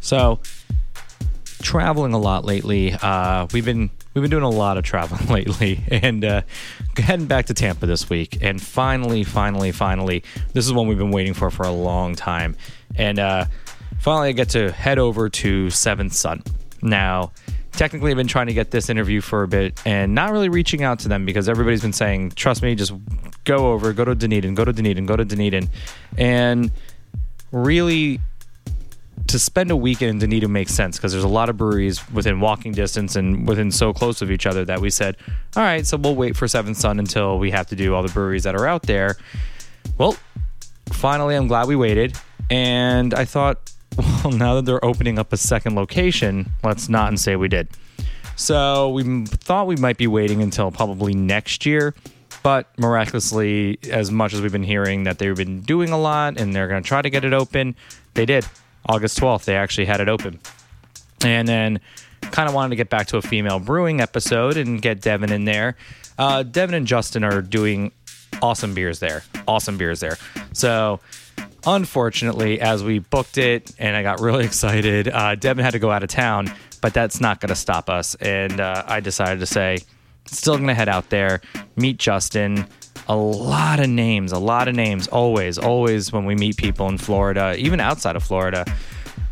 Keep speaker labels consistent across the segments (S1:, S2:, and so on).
S1: So traveling a lot lately. Uh, we've been we've been doing a lot of traveling lately, and uh, heading back to Tampa this week. And finally, finally, finally, this is one we've been waiting for for a long time. And uh, finally, I get to head over to Seventh Son. Now, technically, I've been trying to get this interview for a bit, and not really reaching out to them because everybody's been saying, "Trust me, just go over, go to Dunedin, go to Dunedin, go to Dunedin," and really to spend a weekend in Dunedin makes sense because there's a lot of breweries within walking distance and within so close of each other that we said, all right, so we'll wait for Seven Sun until we have to do all the breweries that are out there. Well, finally, I'm glad we waited. And I thought, well, now that they're opening up a second location, let's not and say we did. So we m- thought we might be waiting until probably next year. But miraculously, as much as we've been hearing that they've been doing a lot and they're going to try to get it open, they did. August 12th, they actually had it open. And then kind of wanted to get back to a female brewing episode and get Devin in there. Uh, Devin and Justin are doing awesome beers there. Awesome beers there. So, unfortunately, as we booked it and I got really excited, uh, Devin had to go out of town, but that's not going to stop us. And uh, I decided to say, still going to head out there, meet Justin. A lot of names, a lot of names, always, always when we meet people in Florida, even outside of Florida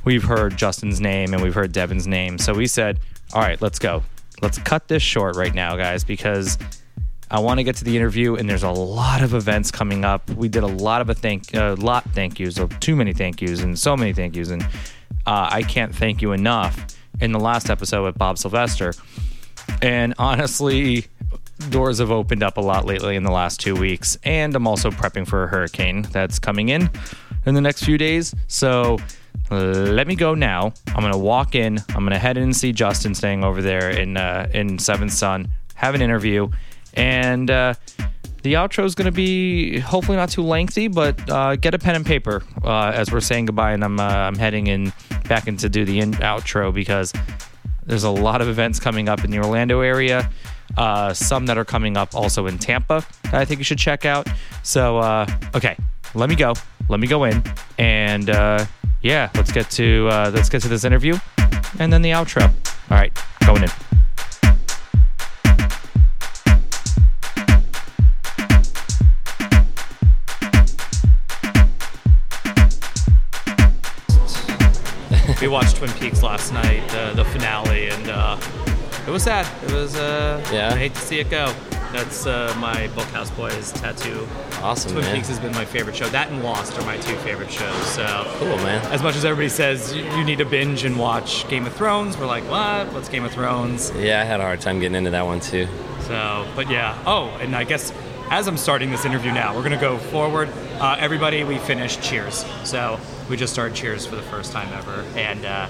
S1: we've heard Justin's name and we've heard Devin's name. So we said, all right, let's go. Let's cut this short right now, guys, because I want to get to the interview and there's a lot of events coming up. We did a lot of a thank a lot thank yous, uh, too many thank yous and so many thank yous and uh, I can't thank you enough in the last episode with Bob Sylvester. And honestly, doors have opened up a lot lately in the last two weeks. And I'm also prepping for a hurricane that's coming in in the next few days. So let me go now. I'm going to walk in. I'm going to head in and see Justin staying over there in, uh, in Seventh Sun, have an interview. And uh, the outro is going to be hopefully not too lengthy, but uh, get a pen and paper uh, as we're saying goodbye. And I'm, uh, I'm heading in back in to do the in- outro because there's a lot of events coming up in the Orlando area. Uh, some that are coming up also in Tampa that I think you should check out. So, uh, okay, let me go. Let me go in, and uh, yeah, let's get to uh, let's get to this interview, and then the outro. All right, going in.
S2: we watched Twin Peaks last night, the, the finale, and uh, it was sad. It was, uh,
S3: Yeah?
S2: I hate to see it go. That's uh, my Bookhouse Boys tattoo.
S3: Awesome,
S2: Twin
S3: man.
S2: Peaks has been my favorite show. That and Lost are my two favorite shows. So,
S3: Cool, man.
S2: as much as everybody says you, you need to binge and watch Game of Thrones, we're like, what? What's Game of Thrones?
S3: Yeah, I had a hard time getting into that one too.
S2: So, but yeah. Oh, and I guess as I'm starting this interview now, we're gonna go forward. Uh, everybody, we finished Cheers. So we just started Cheers for the first time ever, and uh,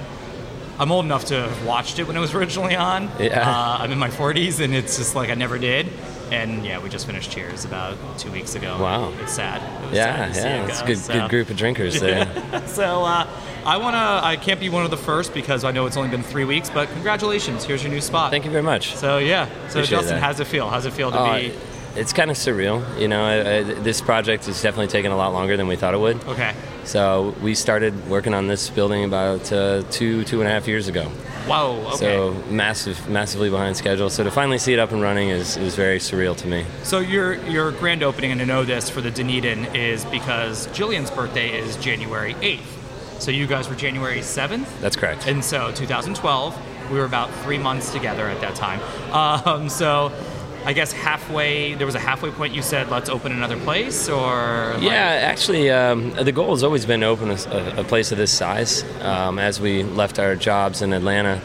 S2: I'm old enough to have watched it when it was originally on.
S3: Yeah.
S2: Uh, I'm in my 40s, and it's just like I never did. And yeah, we just finished Cheers about two weeks ago.
S3: Wow.
S2: It's sad. It was
S3: Yeah,
S2: sad to see
S3: yeah,
S2: it
S3: it's a
S2: go,
S3: good,
S2: so.
S3: good group of drinkers there.
S2: So uh, I wanna. I can't be one of the first because I know it's only been three weeks. But congratulations. Here's your new spot.
S3: Thank you very much.
S2: So yeah. So
S3: Appreciate
S2: Justin,
S3: that.
S2: how's it feel? How's it feel to
S3: Uh,
S2: be?
S3: it's kind of surreal, you know. I, I, this project has definitely taken a lot longer than we thought it would.
S2: Okay.
S3: So we started working on this building about uh, two, two and a half years ago.
S2: Whoa. Okay.
S3: So
S2: So,
S3: massive, massively behind schedule. So to finally see it up and running is, is very surreal to me.
S2: your your grand opening, and to know this for the Dunedin is because Jillian's birthday is January eighth. So you guys were January seventh,
S3: That's correct.
S2: and so 2012, we were about three months together at that time. Um, so. I guess halfway there was a halfway point. You said let's open another place, or like-
S3: Yeah, actually, um, the goal has always been to open a, a- a place of this size. Um, as we left our jobs in Atlanta,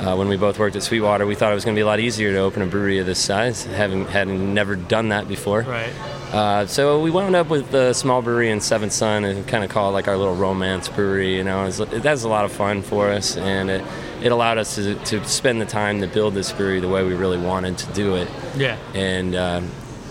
S3: uh, when we both worked at Sweetwater, we thought it was going to be a lot easier to open a brewery of this size, having having never done that before.
S2: right.
S3: Uh, so we wound up with a small brewery in Seventh Son and kind of call it like our little romance brewery. You know, It was- that was a lot of fun for us, and it, it allowed us to, to spend the time to build this brewery the way we really wanted to do it,
S2: Yeah.
S3: and um,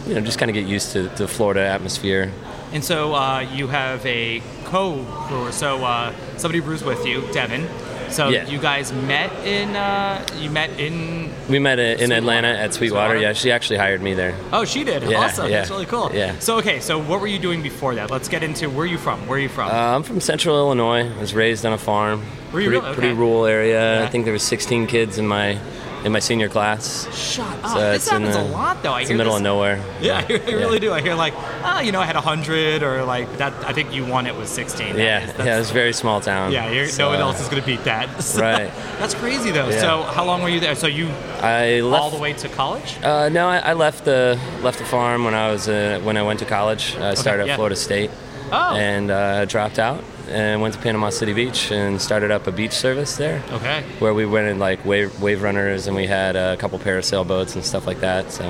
S3: you know, just kind of get used to the Florida atmosphere.
S2: And so uh, you have a co-brewer. So uh, somebody brews with you, Devin, So
S3: Yeah.
S2: you guys met in uh, you met in
S3: We met in in
S2: Sweetwater.
S3: Atlanta at Sweetwater.
S2: Sweetwater?
S3: Yeah, she actually hired me there.
S2: oh she did
S3: Yeah,
S2: awesome that's
S3: yeah,
S2: really cool
S3: yeah.
S2: so okay so what were you doing before that let's get into where are you from where are you from
S3: Uh, I'm from Central Illinois. I was raised on a farm.
S2: Were
S3: pretty,
S2: you really?
S3: pretty
S2: Okay.
S3: rural area.
S2: Yeah.
S3: I think there were 16 kids in my in my senior class.
S2: shut up
S3: So
S2: this
S3: it's in
S2: happens
S3: the-
S2: a lot though I
S3: It's
S2: hear
S3: the middle
S2: this-
S3: of nowhere.
S2: yeah, I, hear- I really do. I hear like, ah, you know, I had hundred, or like that. I think you won it with sixteen. That
S3: Yeah,
S2: is-
S3: yeah, it
S2: that's-
S3: was a very small town.
S2: yeah. You're,
S3: So, uh,
S2: no one else is gonna beat that. So
S3: Right.
S2: That's crazy though.
S3: Yeah.
S2: So how long were you there? So you
S3: uh, I left
S2: all the way to college?
S3: Uh, no, I, I left the left the farm when I was uh, when I went to college. I started
S2: yeah.
S3: at Florida State,
S2: Oh.
S3: and uh, dropped out and went to Panama City Beach and started up a beach service there,
S2: Okay.
S3: where we rented like wave, wave runners and we had a couple parasail boats and stuff like that. So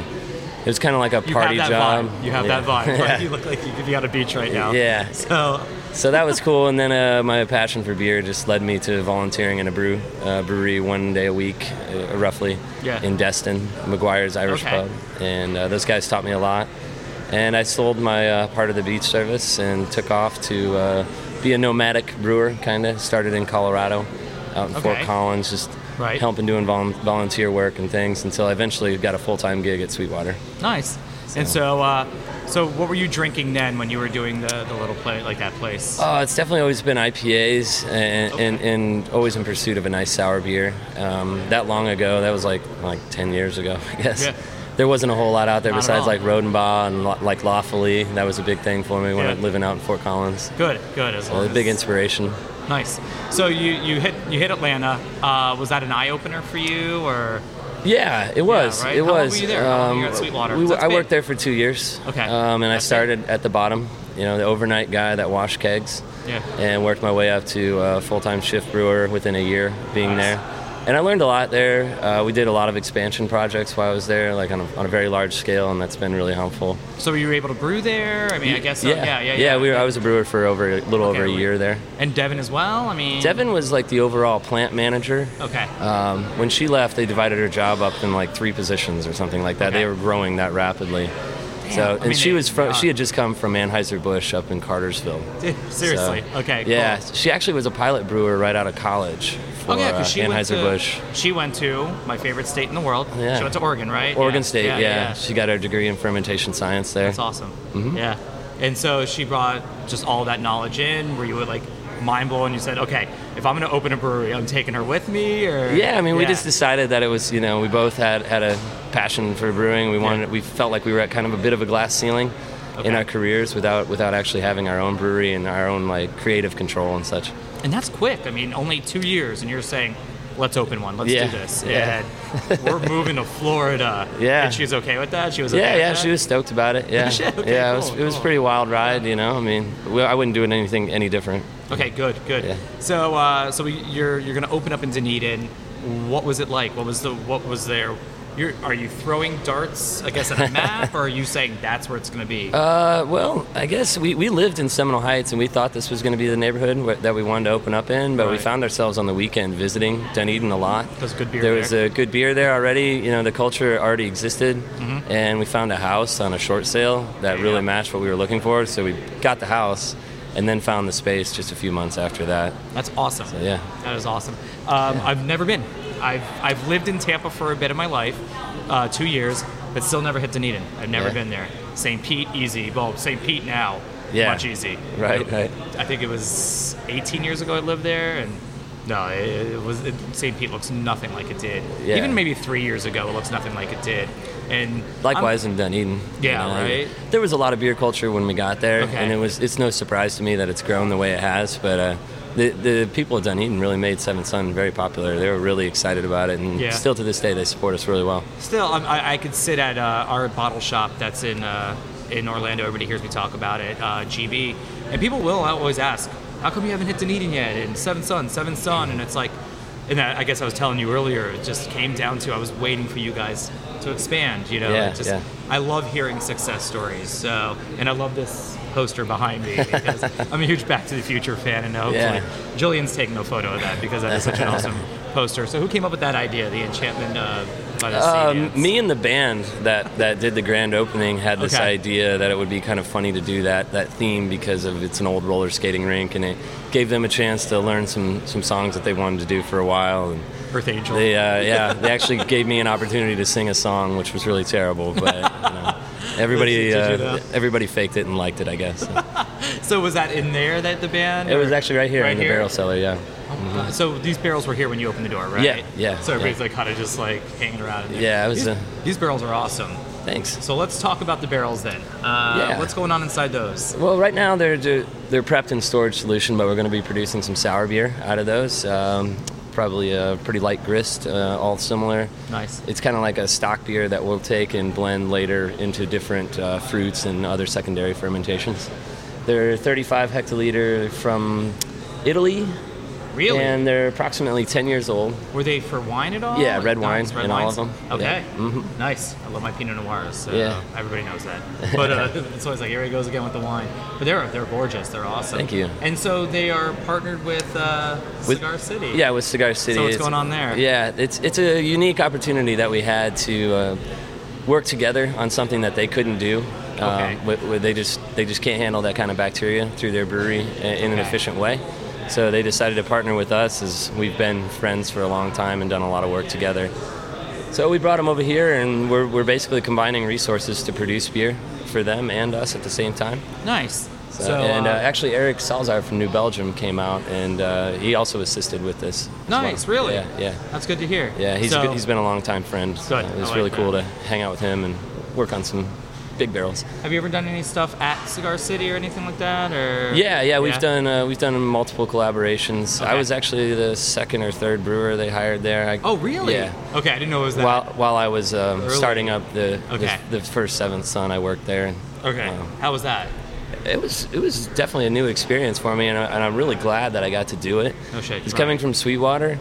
S3: it was kind of like a
S2: You
S3: party
S2: have that
S3: job.
S2: vibe. You have
S3: Yeah.
S2: that vibe. Right?
S3: Yeah.
S2: You look like you could be on a beach right now.
S3: Yeah.
S2: So
S3: So that was cool, and then uh, my passion for beer just led me to volunteering in a brew uh, brewery one day a week, uh, roughly,
S2: Yeah.
S3: in Destin, McGuire's Irish
S2: Okay.
S3: Pub, and uh, those guys taught me a lot. And I sold my uh, part of the beach service and took off to uh, be a nomadic brewer, kind of. Started in Colorado, out in Fort
S2: Okay.
S3: Collins, just
S2: Right.
S3: helping doing vol- volunteer work and things until I eventually got a full time gig at Sweetwater.
S2: nice. And so, uh, so what were you drinking then when you were doing the, the little play like that place?
S3: Uh, it's definitely always been IPAs and, and, and always in pursuit of a nice sour beer. Um, that long ago, that was like like 10 years ago, I guess.
S2: Yeah.
S3: There wasn't a whole lot out there
S2: Not at
S3: besides
S2: all.
S3: like Rodenbaugh and lo- like Lawfully. That was a big thing for me when I
S2: Yeah.
S3: was living out in Fort Collins.
S2: good, good. As
S3: A
S2: long as-
S3: big inspiration.
S2: nice. So you, you hit you hit Atlanta. Uh, was that an eye opener for you or?
S3: Yeah, it was.
S2: right?
S3: It
S2: How long
S3: was. Um,
S2: were you there? How long were you at Sweetwater?
S3: we were-
S2: That's
S3: I
S2: big.
S3: worked there for two years.
S2: Okay.
S3: Um, and I
S2: That's big.
S3: started at the bottom, you know, the overnight guy that washed kegs.
S2: Yeah.
S3: And worked my way up to uh, full time shift brewer within a year being
S2: Nice.
S3: there. And I learned a lot there. Uh, we did a lot of expansion projects while I was there, like on a, on a very large scale, and that's been really helpful.
S2: So were you able to brew there? I mean, I guess. uh, yeah, yeah, yeah.
S3: we were, I was a brewer for over a little
S2: Okay,
S3: over a
S2: we-
S3: year there.
S2: And Devin as well. I mean.
S3: Devin was like the overall plant manager.
S2: Okay.
S3: Um, when she left, they divided her job up in like three positions or something like that.
S2: Okay.
S3: They were growing that rapidly.
S2: I
S3: so, and
S2: mean,
S3: she
S2: they-
S3: was from,
S2: yeah.
S3: she had just come from Anheuser Busch up in Cartersville.
S2: Seriously.
S3: So,
S2: okay.
S3: Yeah,
S2: Cool.
S3: she actually was a pilot brewer right out of college for
S2: Oh yeah,
S3: uh,
S2: because she went
S3: Anheuser
S2: to
S3: Busch,
S2: she went to my favorite state in the world.
S3: Yeah.
S2: She went to Oregon, right?
S3: Oregon
S2: Yeah,
S3: State. Yeah, she got her degree in fermentation science there.
S2: That's awesome.
S3: Mm-hmm.
S2: Yeah. And so she brought just all that knowledge in. Were you like mind blown? You said, okay, if I'm going to open a brewery, I'm taking her with me. Or
S3: Yeah, I mean, we just decided that it was, you know, we both had had a passion for brewing. We wanted, we felt like we were at kind of a bit of a glass ceiling
S2: Okay.
S3: in our careers without without actually having our own brewery and our own like creative control and such.
S2: and that's quick. I mean, only two years, and you're saying. Let's open one. Let's
S3: Yeah.
S2: do this.
S3: Yeah.
S2: And we're moving to Florida.
S3: Yeah.
S2: And she's okay with that. She was.
S3: Yeah,
S2: okay
S3: yeah,
S2: with
S3: she
S2: that?
S3: was stoked about it. Yeah,
S2: Shit, okay,
S3: yeah, it was,
S2: cool,
S3: it was
S2: cool.
S3: pretty wild ride. You know, I mean, we, I wouldn't do it anything any different.
S2: Okay, good, good.
S3: Yeah.
S2: So, uh, so we- you're you're gonna open up in Dunedin. What was it like? What was the what was there? You're, are you throwing darts? I guess at a map, or are you saying that's where it's gonna be?
S3: Uh, well, I guess we, we lived in Seminole Heights and we thought this was going to be the neighborhood wh- that we wanted to open up in, but we
S2: Right.
S3: found ourselves on the weekend visiting Dunedin a lot.
S2: There's good beer
S3: there
S2: there.
S3: was a good beer there already. You know, the culture already existed, and we found a house on a short sale that
S2: Mm-hmm. Yeah.
S3: really matched what we were looking for. So we got the house and then found the space just a few months after that.
S2: That's awesome.
S3: yeah.
S2: that is awesome. Um, I've never been. I've I've lived in Tampa for a bit of my life, uh, two years, but still never hit Dunedin. I've never
S3: Yeah.
S2: been there. St. Pete, easy. Well, St. Pete now,
S3: Yeah.
S2: much easy.
S3: Right, right.
S2: I think it was 18 years ago I lived there, and no, it, it was it, St. Pete looks nothing like it did.
S3: Yeah.
S2: Even maybe three years ago, it looks nothing like it did. And I'm-
S3: Likewise in Dunedin.
S2: Yeah, right.
S3: There was a lot of beer culture when we got there,
S2: Okay.
S3: and it was it's no surprise to me that it's grown the way it has. But uh, the the people of Dunedin really made Seven Sun very popular. They were really excited about it, and
S2: Yeah.
S3: still to this day they support us really well.
S2: Still, I'm, I, I could sit at uh, our bottle shop that's in uh, in Orlando. Everybody hears me talk about it, uh, GB, and people will always ask, "How come you haven't hit Dunedin yet?" And Seven Sun, Seven Sun, and it's like, and I I guess I was telling you earlier, it just came down to I was waiting for you guys to expand. You know,
S3: Yeah,
S2: It just,
S3: yeah.
S2: I love hearing success stories. So, and I love this poster behind me because I'm a huge Back to the Future fan, and hopefully,
S3: Yeah.
S2: Jillian's taking a photo of that because that is such an awesome poster. So, who came up with that idea, the enchantment? Uh, by the
S3: Um,
S2: stadiums?
S3: me and the band that, that did the grand opening had this
S2: Okay.
S3: idea that it would be kind of funny to do that that theme because of it's an old roller skating rink and it gave them a chance to learn some, some songs that they wanted to do for a while and
S2: Earth Angel.
S3: they uh, yeah they actually gave me an opportunity to sing a song which was really terrible but you know, everybody
S2: Did you do
S3: uh,
S2: that?
S3: everybody faked it and liked it I guess
S2: so was that in there that the band?
S3: it was
S2: or-
S3: actually right here
S2: Right
S3: in the
S2: here?
S3: barrel cellar yeah
S2: So these barrels were here when you opened the door, right?
S3: Yeah, yeah,
S2: So everybody's
S3: yeah.
S2: like kind of just like hanging around. in there.
S3: Yeah, it was,
S2: These,
S3: uh,
S2: these barrels are awesome.
S3: thanks
S2: So let's talk about the barrels then. Uh,
S3: Yeah.
S2: What's going on inside those?
S3: Well, right now they're ju- they're prepped in storage solution, but we're going to be producing some sour beer out of those. Um, probably a pretty light grist, uh, all similar.
S2: Nice.
S3: It's kind of like a stock beer that we'll take and blend later into different uh, fruits and other secondary fermentations. They're 35 hectoliter from Italy,
S2: Really?
S3: and they're approximately 10 years old.
S2: Were they for wine at all?
S3: Yeah, red wine
S2: dimes,
S3: in all
S2: wines?
S3: of them.
S2: Okay,
S3: Yeah. Mhm.
S2: nice. I love my Pinot Noirs, so
S3: Yeah.
S2: everybody knows that. But uh, it's always like here he goes again with the wine. But they're they're gorgeous. They're awesome.
S3: Thank you.
S2: And so they are partnered with, uh,
S3: With-
S2: Cigar City.
S3: Yeah, with Cigar City.
S2: what's
S3: It's-
S2: going on there?
S3: Yeah, it's it's a unique opportunity that we had to uh, work together on something that they couldn't do.
S2: Okay.
S3: Uh, wh- wh- they just they just can't handle that kind of bacteria through their brewery i- in an
S2: Okay.
S3: efficient way. So they decided to partner with us as we've been friends for a long time and done a lot of work together. So we brought them over here, and we're, we're basically combining resources to produce beer for them and us at the same time.
S2: Nice. So,
S3: and uh,
S2: uh,
S3: actually, Eric Salzar from New Belgium came out, and uh, he also assisted with this. as well.
S2: nice. Really.
S3: Yeah, yeah,
S2: That's good to hear.
S3: yeah. He's
S2: So-
S3: good- he's been a long time friend. so
S2: Good.
S3: it
S2: I
S3: was
S2: like
S3: really
S2: that.
S3: cool to hang out with him and work on some big barrels.
S2: Have you ever done any stuff at Cigar City or anything like that? Or
S3: Yeah, yeah. We've done uh, we've done multiple collaborations. I
S2: Okay.
S3: was actually the second or third brewer they hired there. I,
S2: Oh, really?
S3: Yeah.
S2: Okay, I didn't know it was that.
S3: While, while I was um,
S2: Early.
S3: starting up the, the-
S2: Okay.
S3: the first Seventh Son, I worked there. and,
S2: okay.
S3: um,
S2: How was that?
S3: it was it was definitely a new experience for me, and, I, and I'm really glad that I got to do it.
S2: No shit,
S3: Because
S2: right.
S3: coming from Sweetwater,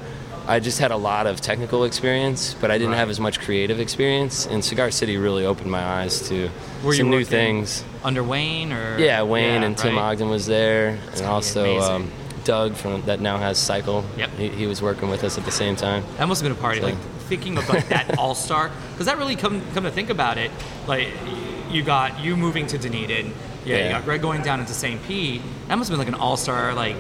S3: I just had a lot of technical experience, but I didn't
S2: Right.
S3: have as much creative experience. And Cigar City really opened my eyes to
S2: Were you
S3: some new
S2: working
S3: things.
S2: Under Wayne or
S3: Yeah, Wayne and Tim
S2: right?
S3: Ogden was there, and
S2: gotta be
S3: also
S2: amazing.
S3: um, Doug from that now has Cycle.
S2: Yep.
S3: He, he was working with us at the same time.
S2: That must have been a party.
S3: So-
S2: Like thinking of like that all star, because that really come come to think about it, like you got you moving to Dunedin, yeah, you
S3: Yeah.
S2: got Greg going down into St. Pete. That must have been like an all star like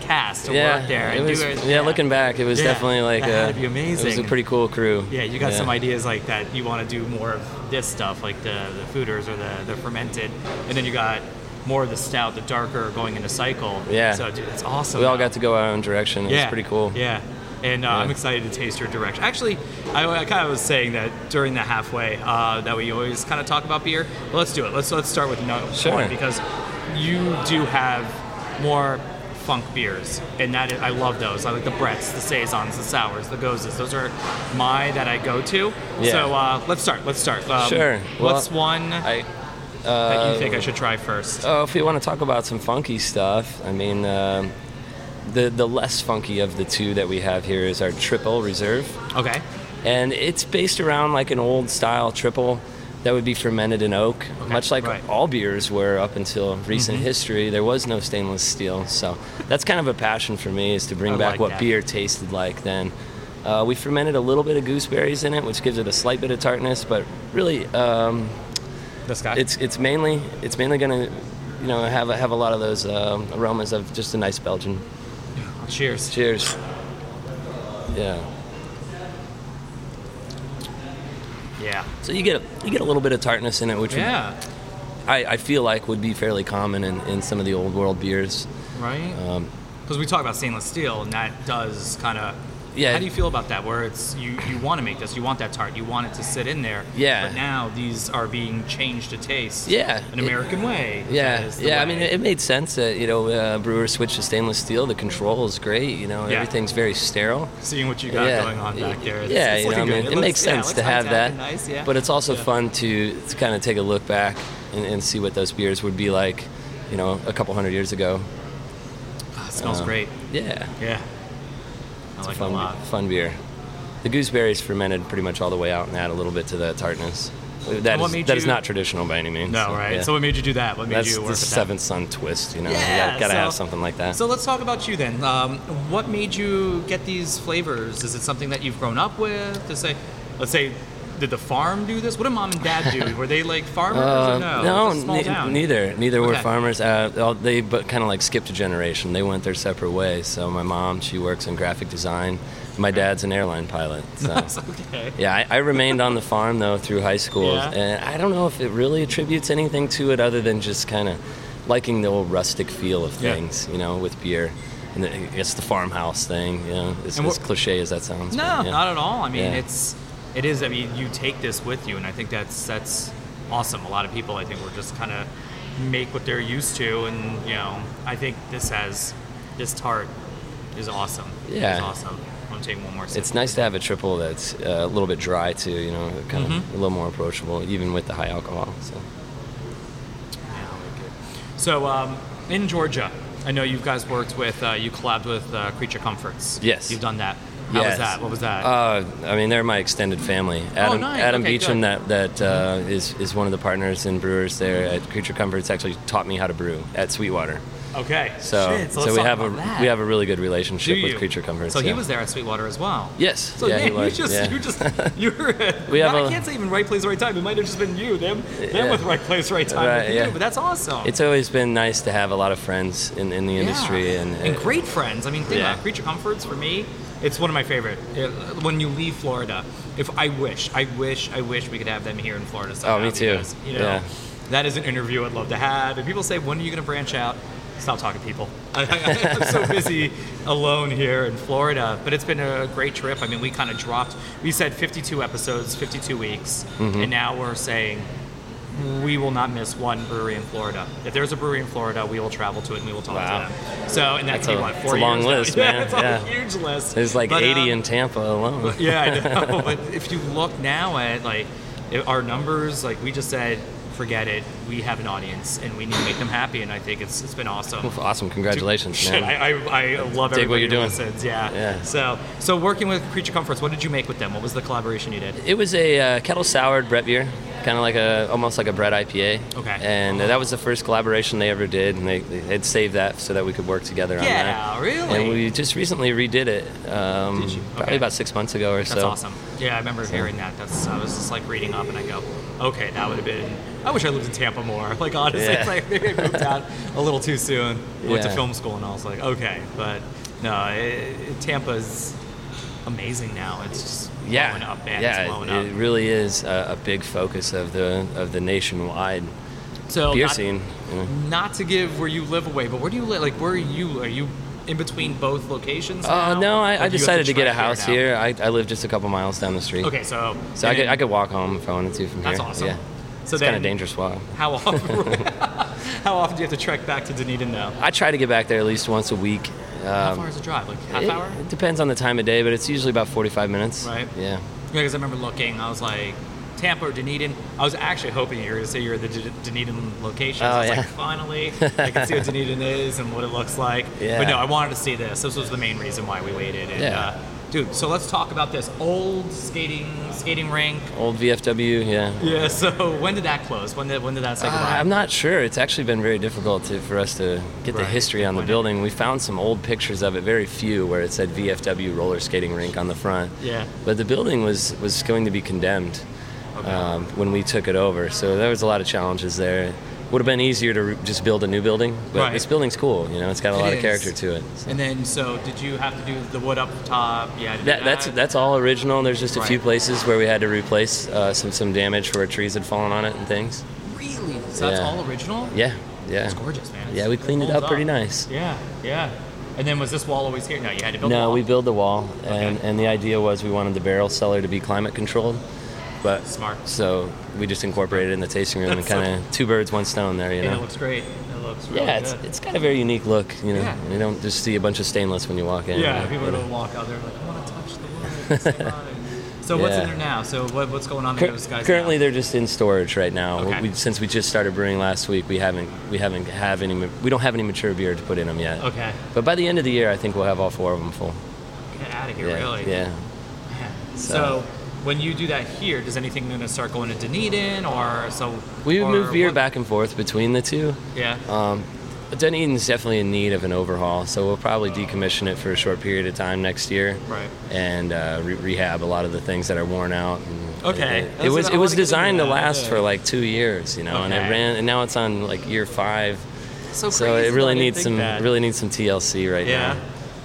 S2: cast to
S3: yeah,
S2: work there.
S3: it
S2: and
S3: was,
S2: do
S3: yeah, Looking back, it was
S2: Yeah,
S3: definitely like
S2: that
S3: a,
S2: had to be
S3: It was a
S2: amazing.
S3: pretty cool crew.
S2: Yeah, you got some ideas like that. You want to do more of this stuff, like the the fooders or the the fermented, and then you got more of the stout, the darker going into cycle.
S3: Yeah.
S2: So dude, it's awesome.
S3: We all
S2: now.
S3: got to go our own direction. It
S2: Yeah.
S3: was pretty cool.
S2: Yeah. And uh, I'm excited to taste your direction. Actually, I, I kind of was saying that during the halfway uh, that we always kind of talk about beer. But let's do it. Let's let's start with no
S3: Sure.
S2: one because you do have more funk beers, and that is, I love those. I like the Bretts, the saisons, the sours, the gozes. Those are my that I go to.
S3: Yeah.
S2: So uh, let's start. Let's start. Um,
S3: Sure. Well, uh,
S2: what's one
S3: I,
S2: that you think I should try first?
S3: Oh, if you want to talk about some funky stuff, I mean, um the the less funky of the two that we have here is our triple reserve,
S2: okay.
S3: and it's based around like an old style triple that would be fermented in oak, much like
S2: right. Mm-hmm.
S3: all beers were up until recent history. There was no stainless steel, so that's kind of a passion for me is to bring
S2: I
S3: back
S2: like
S3: what
S2: that.
S3: beer tasted like then. Uh, we fermented a little bit of gooseberries in it, which gives it a slight bit of tartness, but really um,
S2: This guy.
S3: it's it's mainly it's mainly gonna you know have a, have a lot of those um, aromas of just a nice Belgian.
S2: Cheers.
S3: Cheers. Yeah.
S2: Yeah.
S3: So you get you get a little bit of tartness in it, which
S2: Yeah.
S3: I, I feel like would be fairly common in, in some of the old world beers.
S2: Right.
S3: Um,
S2: Because we talk about stainless steel, and that does kind of.
S3: Yeah.
S2: How do you feel about that? Where it's you, you want to make this, you want that tart, you want it to sit in there.
S3: Yeah.
S2: But now these are being changed to taste.
S3: Yeah.
S2: An American way. That
S3: yeah,
S2: is the
S3: yeah. I
S2: way.
S3: mean, it made sense that you know uh, brewers switched to stainless steel. The control is great. You know,
S2: Yeah.
S3: everything's very sterile.
S2: seeing what you got going on back there. It's,
S3: yeah,
S2: it's
S3: you know, I
S2: looking
S3: mean,
S2: good.
S3: it,
S2: looks-
S3: makes
S2: yeah, it
S3: sense
S2: looks
S3: to have
S2: high-tech
S3: that.
S2: and Nice, yeah.
S3: But it's also
S2: Yeah.
S3: fun to, to kind of take a look back and, and see what those beers would be like, you know, a couple hundred years ago.
S2: Ah, it smells
S3: uh,
S2: great.
S3: Yeah,
S2: Yeah. I like it a
S3: fun,
S2: lot.
S3: fun beer. The gooseberries fermented pretty much all the way out and add a little bit to the tartness. That,
S2: what
S3: is,
S2: made
S3: that is
S2: you-
S3: not traditional by any means.
S2: No, right.
S3: yeah.
S2: So what made you do that? What made
S3: that's
S2: you work
S3: the
S2: with that?
S3: seventh son twist. You know,
S2: Yeah,
S3: you gotta
S2: so-
S3: have something like that.
S2: So let's talk about you then. Um, what made you get these flavors? Is it something that you've grown up with? To say, let's say, did the farm do this? What did mom and dad do? Were they like farmers?
S3: Uh,
S2: or no, It was a small
S3: ne-
S2: town.
S3: neither. Neither were
S2: Okay.
S3: farmers. Uh, all- they but kind of like skipped a generation. They went their separate ways. So my mom, she works in graphic design. My dad's an airline pilot. So.
S2: It's okay.
S3: Yeah, I, I remained on the farm though through high school,
S2: Yeah.
S3: and I don't know if it really attributes anything to it other than just kind of liking the old rustic feel of
S2: Yeah.
S3: things, you know, with beer. And the, I guess the farmhouse thing, you know, as,
S2: And what-
S3: as cliche as that sounds.
S2: No,
S3: but, yeah.
S2: not at all. I mean,
S3: Yeah.
S2: it's it is. I mean, you take this with you, and I think that's that's awesome. A lot of people, I think, were just kind of make what they're used to, and you know, I think this has this tart is awesome.
S3: Yeah.
S2: it's awesome. I'm gonna take one more. Sip.
S3: It's nice to have a triple that's uh, a little bit dry too, you know, kind of
S2: Mm-hmm.
S3: a little more approachable, even with the high alcohol. So.
S2: uh, so um, in Georgia. I know you guys worked with uh, you collabed with uh, Creature Comforts.
S3: Yes.
S2: you've done that. How
S3: Yes.
S2: was that? What was that?
S3: Uh, I mean, they're my extended family. Adam,
S2: Oh, nice.
S3: Adam
S2: Okay,
S3: Beecham,
S2: good. Mm-hmm.
S3: that that uh, is is one of the partners and brewers there at Creature Comforts, actually taught me how to brew at Sweetwater.
S2: okay,
S3: So,
S2: Shit,
S3: so
S2: let's
S3: we
S2: talk
S3: have a
S2: about that.
S3: we have a really good relationship
S2: Do
S3: with
S2: you?
S3: Creature Comforts.
S2: So he
S3: yeah.
S2: was there at Sweetwater as well.
S3: Yes.
S2: So
S3: yeah,
S2: man,
S3: he was.
S2: you just
S3: yeah.
S2: you just you were.
S3: We have
S2: I
S3: a-
S2: can't say even right place, right time. It might have just been you, them, them
S3: Yeah.
S2: with right place, right time.
S3: Right,
S2: with you,
S3: yeah.
S2: But that's awesome.
S3: It's always been nice to have a lot of friends in, in the
S2: Yeah.
S3: industry and, uh,
S2: great friends. I mean, think
S3: Yeah.
S2: about it. creature comforts for me. It's one of my favorite. It- when you leave Florida, if I wish, I wish, I wish we could have them here in Florida. Somehow
S3: Oh, me too.
S2: because, you know,
S3: Yeah.
S2: that is an interview I'd love to have. And people say, when are you going to branch out? Stop talking, people. I, I, I'm so busy alone here in Florida, but it's been a great trip. I mean, we kind of dropped. We said 52 episodes, 52 weeks,
S3: Mm-hmm.
S2: and now we're saying we will not miss one brewery in Florida. If there's a brewery in Florida, we will travel to it and we will talk
S3: Wow.
S2: to them. So, and that's
S3: That's a-
S2: what,
S3: it's
S2: four
S3: a long
S2: years now.
S3: list,
S2: Yeah,
S3: man.
S2: it's
S3: Yeah.
S2: a huge list.
S3: there's like
S2: But,
S3: 80
S2: um,
S3: in Tampa alone.
S2: yeah, I know. but if you look now at like i- our numbers, like we just said, forget it. We have an audience and we need to make them happy. And I think it's it's been awesome.
S3: Awesome! Congratulations,
S2: Shit,
S3: man.
S2: I, I, I love
S3: Dig what
S2: everybody
S3: you're
S2: who
S3: doing.
S2: listens, Yeah.
S3: Yeah.
S2: So so working with Creature Comforts, what did you make with them? What was the collaboration you did?
S3: It was a uh, kettle soured Brett beer, kind of like a almost like a Brett IPA.
S2: Okay.
S3: And uh, that was the first collaboration they ever did, and they they had saved that so that we could work together on that.
S2: Yeah, really?
S3: And we just recently redid it, um,
S2: Did you? Okay.
S3: probably about six months ago or so.
S2: That's awesome. Yeah, I remember hearing that. That's I was just like reading up, and I go, okay, that would have been. I wish I lived in Tampa more. Like honestly,
S3: Yeah.
S2: it's like maybe I moved out a little too soon. I Went to
S3: Yeah.
S2: film school, and I was like, okay, but no, it, Tampa's amazing now. It's just
S3: Yeah,
S2: blowing up, man.
S3: yeah,
S2: it's blowing
S3: it, it
S2: up.
S3: really is a, a big focus of the of the nationwide
S2: So
S3: beer
S2: not,
S3: scene. you know.
S2: not to give where you live away, but where do you live? Like where are you? Are you in between both locations?
S3: Uh,
S2: now?
S3: no,
S2: Or
S3: I,
S2: do you
S3: I
S2: have
S3: decided to, get a
S2: trek
S3: house
S2: now?
S3: here. I, I live just a couple miles down the street.
S2: Okay, so
S3: So I
S2: and
S3: could,
S2: then-
S3: I could walk home if I wanted to from
S2: That's
S3: here.
S2: awesome.
S3: Yeah.
S2: So
S3: it's kind
S2: then-
S3: of dangerous walk.
S2: How often? how often do you have to trek back to Dunedin now?
S3: I try to get back there at least once a week.
S2: How
S3: Um,
S2: far is the drive? Like half
S3: it,
S2: hour?
S3: it depends on the time of day, but it's usually about 45 minutes.
S2: Right.
S3: Yeah.
S2: Yeah, because I remember looking. I was like, Tampa or Dunedin. I was actually hoping you were going to say you're at the D- Dunedin location. so
S3: Oh,
S2: I was
S3: yeah.
S2: like, finally, I can see what Dunedin is and what it looks like.
S3: Yeah.
S2: But no, I wanted to see this. This was the main reason why we waited. And,
S3: Yeah.
S2: uh, dude, so let's talk about this old skating skating rink.
S3: Old VFW, Oh, yeah.
S2: Yeah. So when did that close? When did when did that say
S3: Uh,
S2: goodbye?
S3: I'm not sure. It's actually been very difficult to, for us to get the
S2: Right.
S3: history on the
S2: Why not?
S3: building. We found some old pictures of it, very few, where it said VFW roller skating rink on the front.
S2: Yeah.
S3: But the building was, was going to be condemned um, when we took it over, so there was a lot of challenges there. Would have been easier to re- just build a new building, but
S2: Right.
S3: this building's cool. You know, it's got a
S2: It
S3: lot
S2: is.
S3: of character to it. so.
S2: and then, so did you have to do the wood up top? Yeah.
S3: That, that's that's all original. There's just a few
S2: Right.
S3: places where we had to replace uh, some some damage where trees had fallen on it and things.
S2: really. So that's
S3: Yeah.
S2: all original.
S3: Yeah, yeah.
S2: It's gorgeous, man.
S3: Yeah, we cleaned it
S2: holds
S3: up pretty nice.
S2: Yeah, yeah. And then was this wall always here? No, you had to build. a
S3: No,
S2: wall.
S3: we built the wall, and,
S2: Okay.
S3: and the idea was we wanted the barrel cellar to be climate controlled, but
S2: Smart.
S3: So we just incorporated it in the tasting room and
S2: That's so-
S3: kind of two birds, one stone there. You
S2: And it
S3: know.
S2: looks great. It looks really
S3: Yeah, it's,
S2: good.
S3: it's got a very unique look. You know,
S2: Yeah.
S3: you don't just see a bunch of stainless when you walk in.
S2: yeah,
S3: you
S2: people are
S3: know.
S2: gonna walk out there like, I want to touch the wood. It's so nice." so what's
S3: Yeah.
S2: in there now? So what, what's going on
S3: Cur-
S2: with those guys?
S3: currently,
S2: now?
S3: they're just in storage right now.
S2: Okay.
S3: We, since we just started brewing last week, we haven't we haven't have any ma- we don't have any mature beer to put in them yet.
S2: okay.
S3: But by the end of the year, I think we'll have all four of them full.
S2: Get out of here,
S3: yeah.
S2: really.
S3: Yeah.
S2: Man. So.
S3: So-
S2: when you do that here, does anything gonna start going to Dunedin or so?
S3: We would
S2: or
S3: move beer
S2: what-
S3: back and forth between the two.
S2: Yeah.
S3: Um, Dunedin's definitely in need of an overhaul, so we'll probably decommission it for a short period of time next year,
S2: Right.
S3: And uh, re- rehab a lot lot of the things that are worn out. and
S2: Okay.
S3: It, it was
S2: That's what I
S3: it
S2: wanted
S3: was
S2: to get
S3: designed to
S2: into.
S3: last for like two years, you know, and
S2: Okay.
S3: it ran, and now it's on like year five,
S2: So,
S3: so
S2: crazy
S3: it
S2: that I
S3: really
S2: didn't
S3: needs
S2: think
S3: some
S2: that.
S3: really needs some TLC right
S2: Yeah.
S3: now.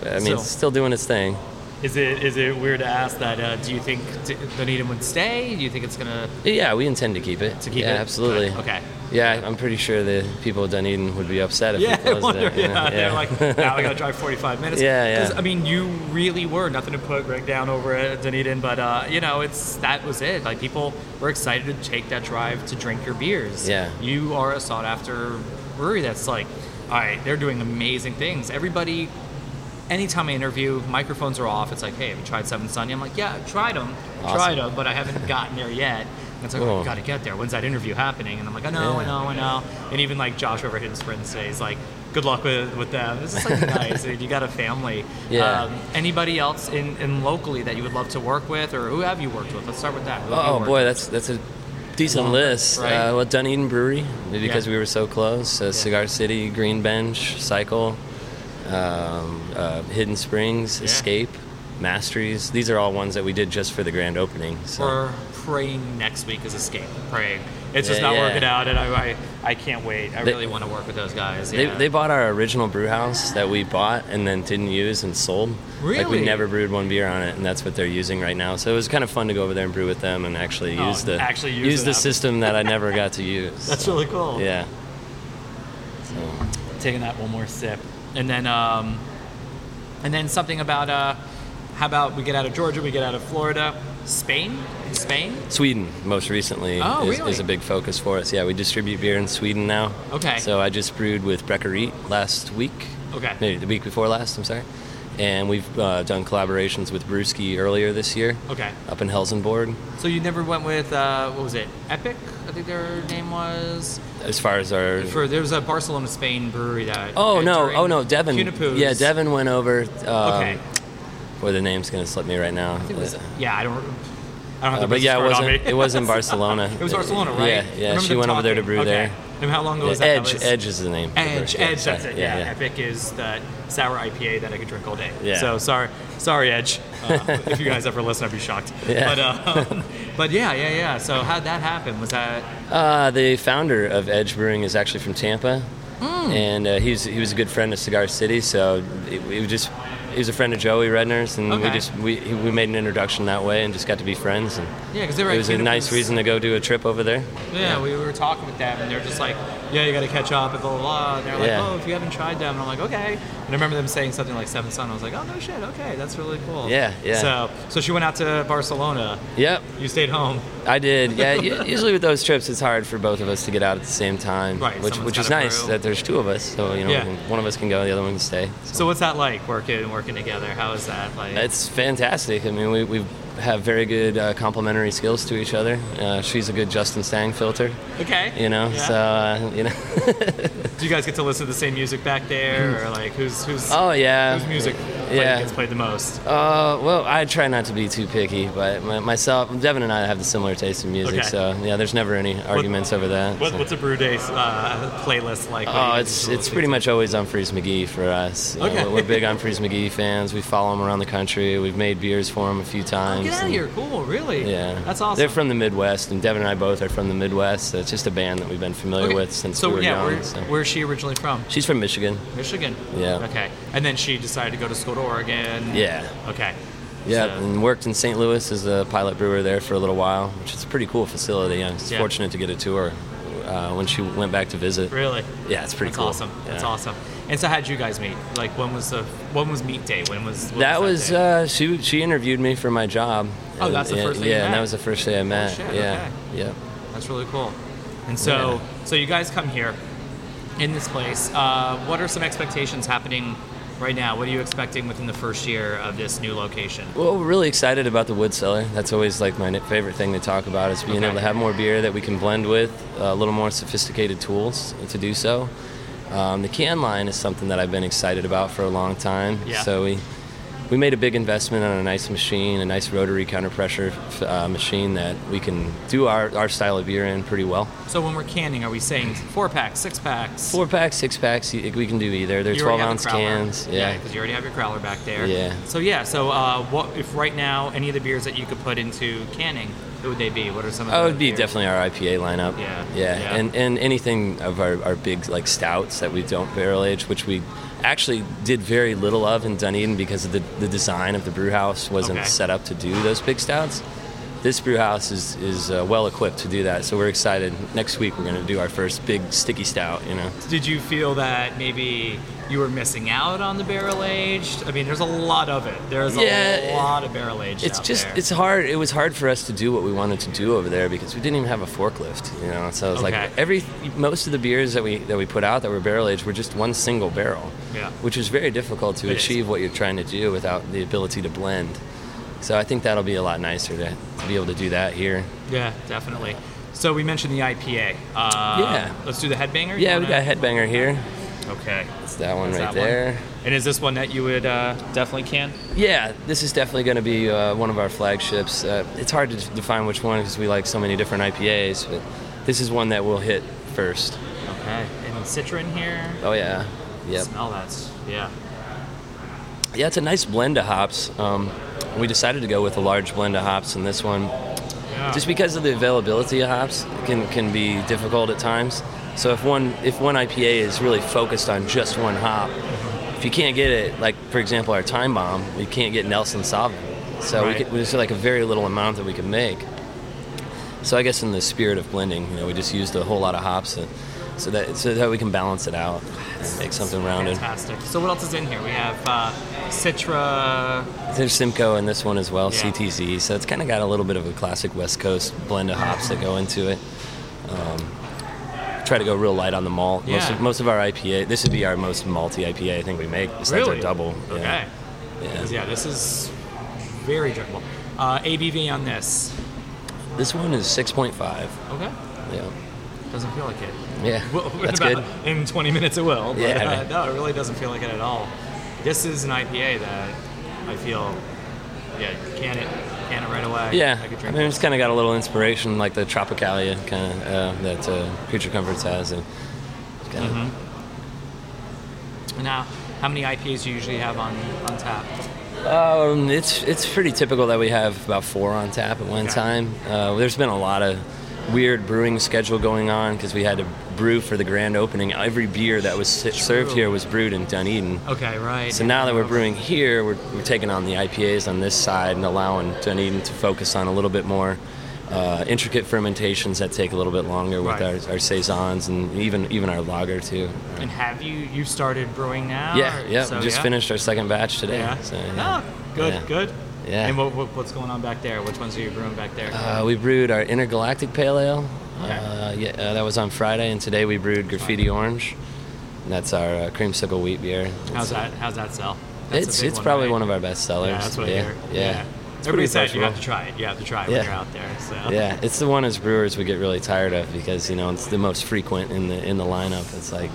S3: But, I mean,
S2: So-
S3: it's still doing its thing.
S2: Is it is it weird to ask that? Uh, do you think D- Dunedin would stay? Do you think it's gonna
S3: Yeah, we intend to keep it.
S2: to keep
S3: yeah,
S2: it?
S3: absolutely.
S2: Good. Okay.
S3: Yeah, I'm pretty sure the people of Dunedin would be upset if
S2: Yeah,
S3: we
S2: I
S3: closed
S2: wonder.
S3: it. you
S2: Yeah,
S3: know?
S2: they're like, now I gotta drive 45 minutes.
S3: Yeah, yeah.
S2: 'Cause, I mean, you really were nothing to put Greg down over at Dunedin, but uh, you know, it's that was it. Like people were excited to take that drive to drink your beers.
S3: Yeah.
S2: you are a sought after brewery. That's like, all right, they're doing amazing things. Everybody. Anytime I interview, microphones are off. It's like, hey, have you tried Seven Sunny? I'm like, yeah, I've tried them,
S3: Awesome.
S2: tried them, but I haven't gotten there yet. And it's like, oh,
S3: Cool.
S2: got to get there. When's that interview happening? And I'm like, I know, I
S3: Yeah.
S2: know, I know. And even like Josh over at Hidden Sprint says, like, good luck with, with them. It's just like nice, dude. You got a family. Um,
S3: Yeah.
S2: anybody else in, in locally that you would love to work with, or who have you worked with? Let's start with that. Who have you
S3: Oh
S2: worked
S3: boy,
S2: with?
S3: that's that's a decent list.
S2: right?
S3: Uh, well, Dunedin Brewery because
S2: Yeah.
S3: we were so close. Uh, Cigar City, Green Bench, Cycle, um, uh, Hidden Springs,
S2: Yeah.
S3: Escape, Masteries. These are all ones that we did just for the grand opening. So
S2: We're praying next week is Escape. Praying. It's just
S3: Yeah,
S2: not
S3: yeah.
S2: working out, and I, I, I can't wait. I
S3: They-
S2: really want to work with those guys.
S3: they,
S2: yeah.
S3: they bought our original brew house that we bought and then didn't use and sold. Like
S2: Really?
S3: we never brewed one beer on it, and that's what they're using right now. So it was kind of fun to go over there and brew with them and actually
S2: Oh,
S3: use the
S2: actually use it
S3: the
S2: up.
S3: system that I never got to use.
S2: That's really cool.
S3: yeah. So.
S2: taking that one more sip and then um, and then something about uh, how about we get out of georgia we get out of florida spain spain
S3: Sweden, most recently,
S2: Oh,
S3: is,
S2: really?
S3: is a big focus for us. Yeah, we distribute beer in Sweden now.
S2: Okay.
S3: So I just brewed with Breckereet last week.
S2: Okay.
S3: Maybe the week before last, I'm sorry. And we've uh, done collaborations with Brewski earlier this year.
S2: okay
S3: Up in Helsingborg,
S2: so you never went with uh, what was it epic i think their name was
S3: as far as our.
S2: for there was a barcelona spain brewery that
S3: oh,
S2: uh,
S3: no.
S2: during
S3: Oh, no. Devin.
S2: Cunapoo's-
S3: Yeah, Devin went over. Um,
S2: okay
S3: Boy, the name's going to slip me right now.
S2: I think it was- yeah i don't i
S3: Uh,
S2: don't have the
S3: but
S2: business
S3: yeah, it
S2: card on
S3: wasn't,
S2: me.
S3: it was in Barcelona.
S2: it was barcelona right
S3: Yeah,
S2: I
S3: yeah.
S2: remember
S3: she
S2: them
S3: went over there to
S2: talking.
S3: brew
S2: okay.
S3: there.
S2: and how long ago was that That
S3: Edge,
S2: was-
S3: Edge is the name. of the
S2: Edge,
S3: brewery.
S2: Edge, that's it. Yeah,
S3: yeah.
S2: Epic is that sour IPA that I could drink all day.
S3: Yeah.
S2: So sorry, sorry, Edge. Uh, if you guys ever listen, I'd be shocked.
S3: Yeah.
S2: But uh, but yeah, yeah, yeah. So how'd that happen? Was that
S3: Uh, the founder of Edge Brewing is actually from Tampa, and uh, he was he was a good friend of Cigar City. So it, it was just he was a friend of Joey Redner's, and we
S2: Okay.
S3: just we he- we made an introduction that way, and just got to be friends. And
S2: yeah? Because they were.
S3: it was a
S2: at
S3: nice
S2: Cunapoo's-
S3: reason to go do a trip over there.
S2: Yeah, we were talking with them, and they're just like, "Yeah, you got to catch up," and blah blah blah. And they're like,
S3: Yeah.
S2: "Oh, if you haven't tried them," and I'm like, "Okay." And I remember them saying something like Seven Sun. I was like, "Oh no shit, okay, that's really cool."
S3: Yeah, yeah.
S2: So so she went out to Barcelona.
S3: Yep,
S2: You stayed home.
S3: I did. Yeah, u- usually with those trips, it's hard for both of us to get out at the same time,
S2: Right,
S3: which
S2: someone's
S3: which is
S2: gotta
S3: nice
S2: brew.
S3: that there's two of us. So you know, we
S2: Yeah.
S3: can- one of us can go, the other one can stay.
S2: So what's that like working working together? How is that like?
S3: It's fantastic. I mean, we, we have very good uh, complementary skills to each other. Uh, she's a good Justin Sang filter,
S2: okay.
S3: you know.
S2: Yeah.
S3: So uh, you know.
S2: Do you guys get to listen to the same music back there, or like who's who's
S3: Oh yeah.
S2: whose music play,
S3: yeah.
S2: gets played the most?
S3: Uh, well, I try not to be too picky, but my, myself, Devin and I have the similar taste in music,
S2: Okay.
S3: so yeah, there's never any arguments over that.
S2: What,
S3: so.
S2: what's a brew day uh, playlist like? What do you
S3: Oh,
S2: guys
S3: it's
S2: usually
S3: it's pretty
S2: listen
S3: much always Humphreys McGee for us. You know,
S2: Okay.
S3: we're- we're big Humphreys McGee fans. We follow him around the country. We've made beers for him a few
S2: to?
S3: times.
S2: Oh, Get out of
S3: and-
S2: here! Cool, really?
S3: Yeah,
S2: that's awesome.
S3: They're from the Midwest, and Devin and I both are from the Midwest. So it's just a band that we've been familiar
S2: Okay.
S3: with since
S2: so
S3: we were
S2: yeah,
S3: young.
S2: where,
S3: so.
S2: where's she originally from?
S3: She's from Michigan.
S2: Michigan.
S3: Yeah.
S2: Okay, and then she decided to go to school to Oregon.
S3: Yeah,
S2: Okay.
S3: yeah,
S2: So-
S3: and worked in St. Louis as a pilot brewer there for a little while, which is a pretty cool facility. I was
S2: Yeah.
S3: fortunate to get a tour uh, when she went back to visit.
S2: really.
S3: Yeah, it's pretty
S2: That's
S3: cool.
S2: awesome. That's
S3: Yeah.
S2: awesome. And so, how'd you guys meet? Like, when was the when was meet day? When was when
S3: That was
S2: was, day?
S3: uh, she. She interviewed me for my job.
S2: Oh, that's the
S3: yeah,
S2: first day you
S3: Yeah, and
S2: met.
S3: that was the first day I met.
S2: shit,
S3: yeah, yeah.
S2: That's really cool. And so, so you guys come here in this place. Uh, what are some expectations happening right now? What are you expecting within the first year of this new location?
S3: Well, we're really excited about the wood cellar. That's always like my favorite thing to talk about is being
S2: Okay.
S3: able to have more beer that we can blend with uh, a little more sophisticated tools to do so. Um, the can line is something that I've been excited about for a long time.
S2: Yeah.
S3: So we we made a big investment on a nice machine, a nice rotary counter pressure uh, machine that we can do our, our style of beer in pretty well.
S2: So when we're canning, are we saying four packs, six packs?
S3: Four packs, six packs, y- we can do either. They're
S2: You
S3: 12
S2: already have
S3: ounce
S2: the growler.
S3: cans.
S2: Yeah,
S3: Yeah.
S2: because you already have your growler back there.
S3: Yeah.
S2: So yeah, so uh, what if right now any of the beers that you could put into canning, what would they be? What are some of
S3: Oh,
S2: the
S3: it would be
S2: beers?
S3: definitely our IPA lineup.
S2: Yeah.
S3: Yeah.
S2: Yeah.
S3: And, and anything of our, our big like stouts that we don't barrel age, which we actually did very little of in Dunedin because of the, the design of the brew house wasn't
S2: Okay.
S3: set up to do those big stouts. This brew house is, is uh, well equipped to do that. So we're excited. Next week, we're going to do our first big sticky stout, you know.
S2: Did you feel that maybe you were missing out on the barrel aged? I mean, there's a lot of it. There's
S3: Yeah,
S2: a lot of barrel aged.
S3: It's
S2: out
S3: just
S2: there.
S3: it's hard. It was hard for us to do what we wanted to do over there because we didn't even have a forklift, you know. So it's
S2: Okay.
S3: like every most of the beers that we that we put out that were barrel aged were just one single barrel,
S2: Yeah.
S3: which is very difficult to
S2: It is.
S3: achieve what you're trying to do without the ability to blend. So I think that'll be a lot nicer to, to be able to do that here.
S2: yeah, definitely. So we mentioned the IPA. Uh,
S3: Yeah.
S2: Let's do the headbanger. You
S3: Yeah, we
S2: wanna-
S3: got Headbanger here.
S2: Okay.
S3: It's that one
S2: Is
S3: right
S2: that one?
S3: there.
S2: And is this one that you would uh, definitely can?
S3: Yeah, this is definitely going to be uh, one of our flagships. Uh, it's hard to define which one because we like so many different IPAs, but this is one that we'll hit first.
S2: Okay. And citron here.
S3: Oh yeah, yep.
S2: Smell that's yeah.
S3: Yeah, it's a nice blend of hops. Um, we decided to go with a large blend of hops in this one, just because of the availability of hops can can be difficult at times. So if one if one IPA is really focused on just one hop, if you can't get it, like for example our time bomb, we can't get Nelson Sauvin. So we
S2: Right.
S3: could, there's like a very little amount that we can make. So I guess in the spirit of blending, you know, we just used a whole lot of hops, and, so that so that we can balance it out and make something rounded.
S2: Fantastic. So what else is in here? We have uh, Citra.
S3: There's Simcoe in this one as well,
S2: Yeah.
S3: CTC. So it's kind of got a little bit of a classic West Coast blend of hops that go into it. Um, try to go real light on the malt. Most,
S2: Yeah.
S3: of, most of our IPA, this would be our most malty IPA I think we make. Besides
S2: Really?
S3: our double.
S2: Okay.
S3: Yeah. Yeah.
S2: 'Cause, Yeah. this is very drinkable. Uh, ABV on this.
S3: This one is 6.5.
S2: Okay.
S3: Yeah.
S2: Doesn't feel like it.
S3: Yeah.
S2: Well,
S3: That's
S2: about-
S3: good.
S2: In 20 minutes it will. But,
S3: Yeah.
S2: uh, no, it really doesn't feel like it at all. This is an IPA that I feel. Yeah, can it, can it right away.
S3: Yeah.
S2: I
S3: I,
S2: could drink.
S3: mean,
S2: this.
S3: it's kind of got a little inspiration like the Tropicalia kind of uh, that uh, Creature Comforts has. And it's kinda-
S2: Mm-hmm. Now, how many IPAs do you usually have on on tap?
S3: Um, it's it's pretty typical that we have about four on tap at one
S2: Okay.
S3: time. Uh, there's been a lot of weird brewing schedule going on because we had to brew for the grand opening. Every beer that was si- served
S2: True.
S3: here was brewed in Dunedin.
S2: Okay, right.
S3: So now that we're brewing here, we're, we're taking on the IPAs on this side and allowing Dunedin to focus on a little bit more uh, intricate fermentations that take a little bit longer with
S2: Right.
S3: our, our saisons and even even our lager too.
S2: And have you you started brewing now?
S3: Yeah,
S2: or-
S3: yeah.
S2: so,
S3: we just
S2: yeah?
S3: finished our second batch today.
S2: Yeah.
S3: So, yeah.
S2: Oh, good,
S3: Yeah.
S2: good.
S3: Yeah.
S2: And what, what, what's going on back there? Which ones are you brewing back there?
S3: Uh, we brewed our intergalactic pale ale.
S2: Okay.
S3: Uh, yeah, uh, that was on Friday, and today we brewed graffiti orange. And that's our uh, creamsicle wheat beer. It's-
S2: how's that? How's that sell? That's a
S3: It's
S2: big
S3: it's probably
S2: right?
S3: one of our best sellers.
S2: Yeah, that's what I
S3: yeah,
S2: hear.
S3: Yeah. It's pretty
S2: Everybody says you
S3: versatile.
S2: have to try it. You have to try it
S3: Yeah.
S2: when you're out there. So.
S3: Yeah, it's the one as brewers we get really tired of because you know it's the most frequent in the in the lineup. It's like,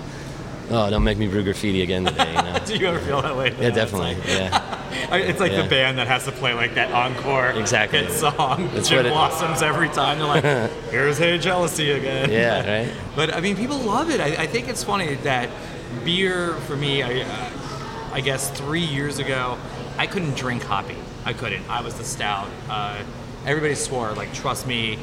S3: oh, don't make me brew graffiti again today. You know?
S2: Do you ever feel that way? though?
S3: yeah,
S2: It's
S3: definitely. Yeah,
S2: like- I- It's like
S3: Yeah.
S2: the band that has to play like that encore
S3: Exactly.
S2: hit song.
S3: That's
S2: Jim
S3: what it-
S2: blossoms every time. They're like, "Here's Hey Jealousy again."
S3: yeah, right.
S2: But I mean, people love it. I, I think it's funny that beer for me. I, uh, I guess three years ago, I couldn't drink hoppy. I couldn't. I was the stout. Uh, everybody swore like, trust me,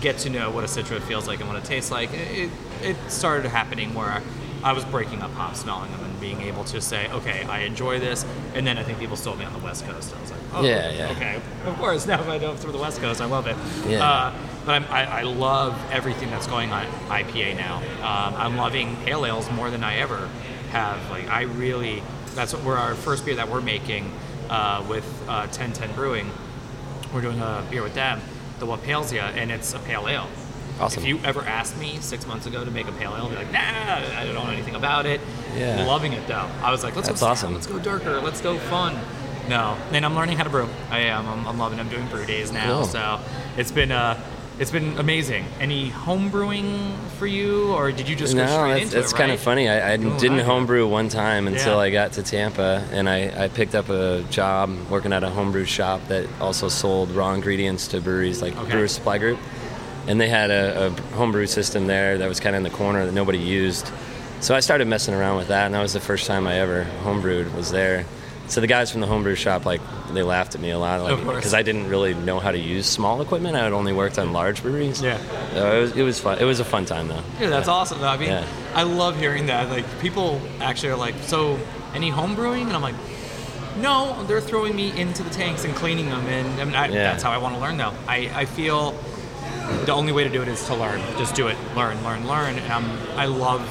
S2: get to know what a citra feels like and what it tastes like. It, it, it started happening where I was breaking up hops, smelling them, and being able to say, okay, I enjoy this. And then I think people sold me on the West Coast. I was like, oh,
S3: Yeah, yeah.
S2: okay, of course. Now if I know through the West Coast, I love it.
S3: Yeah.
S2: Uh, but I'm, I, I love everything that's going on at IPA now. Um, I'm loving pale ales more than I ever have. Like I really, that's what we're our first beer that we're making uh, with uh, 1010 Brewing. We're doing a beer with them, the Wapalsia, and it's a pale ale.
S3: Awesome.
S2: If you ever asked me six months ago to make a pale ale, I'd be like, nah, I don't know anything about it.
S3: Yeah.
S2: Loving it though. I was like, let's
S3: That's
S2: go stout,
S3: awesome.
S2: Let's go darker. Let's go fun. No, and I'm learning how to brew. I am. I'm, I'm loving. I'm doing brew days now.
S3: Cool.
S2: So it's been uh, It's been amazing. Any home brewing for you, or did you just go
S3: no,
S2: straight
S3: that's,
S2: into
S3: that's
S2: it?
S3: kind
S2: right?
S3: of funny. I, I
S2: Ooh,
S3: didn't
S2: I-
S3: homebrew one time until
S2: Yeah.
S3: I got to Tampa, and I, I picked up a job working at a homebrew shop that also sold raw ingredients to breweries, like
S2: Okay.
S3: Brewer Supply Group. And they had a, a homebrew system there that was kind of in the corner that nobody used. So I started messing around with that, and that was the first time I ever homebrewed was there. So the guys from the homebrew shop, like, they laughed at me a lot, like,
S2: Of course.
S3: because I didn't really know how to use small equipment. I had only worked on large breweries.
S2: Yeah.
S3: So it was, it was fun. It was a fun time though.
S2: Dude, that's awesome. though. I mean,
S3: Yeah.
S2: I love hearing that. Like, people actually are like, so any home brewing? And I'm like, no, they're throwing me into the tanks and cleaning them. And I mean, I,
S3: Yeah.
S2: that's how I want to learn, though. I, I feel the only way to do it is to learn. Just do it. Learn, learn, learn. And I'm, I love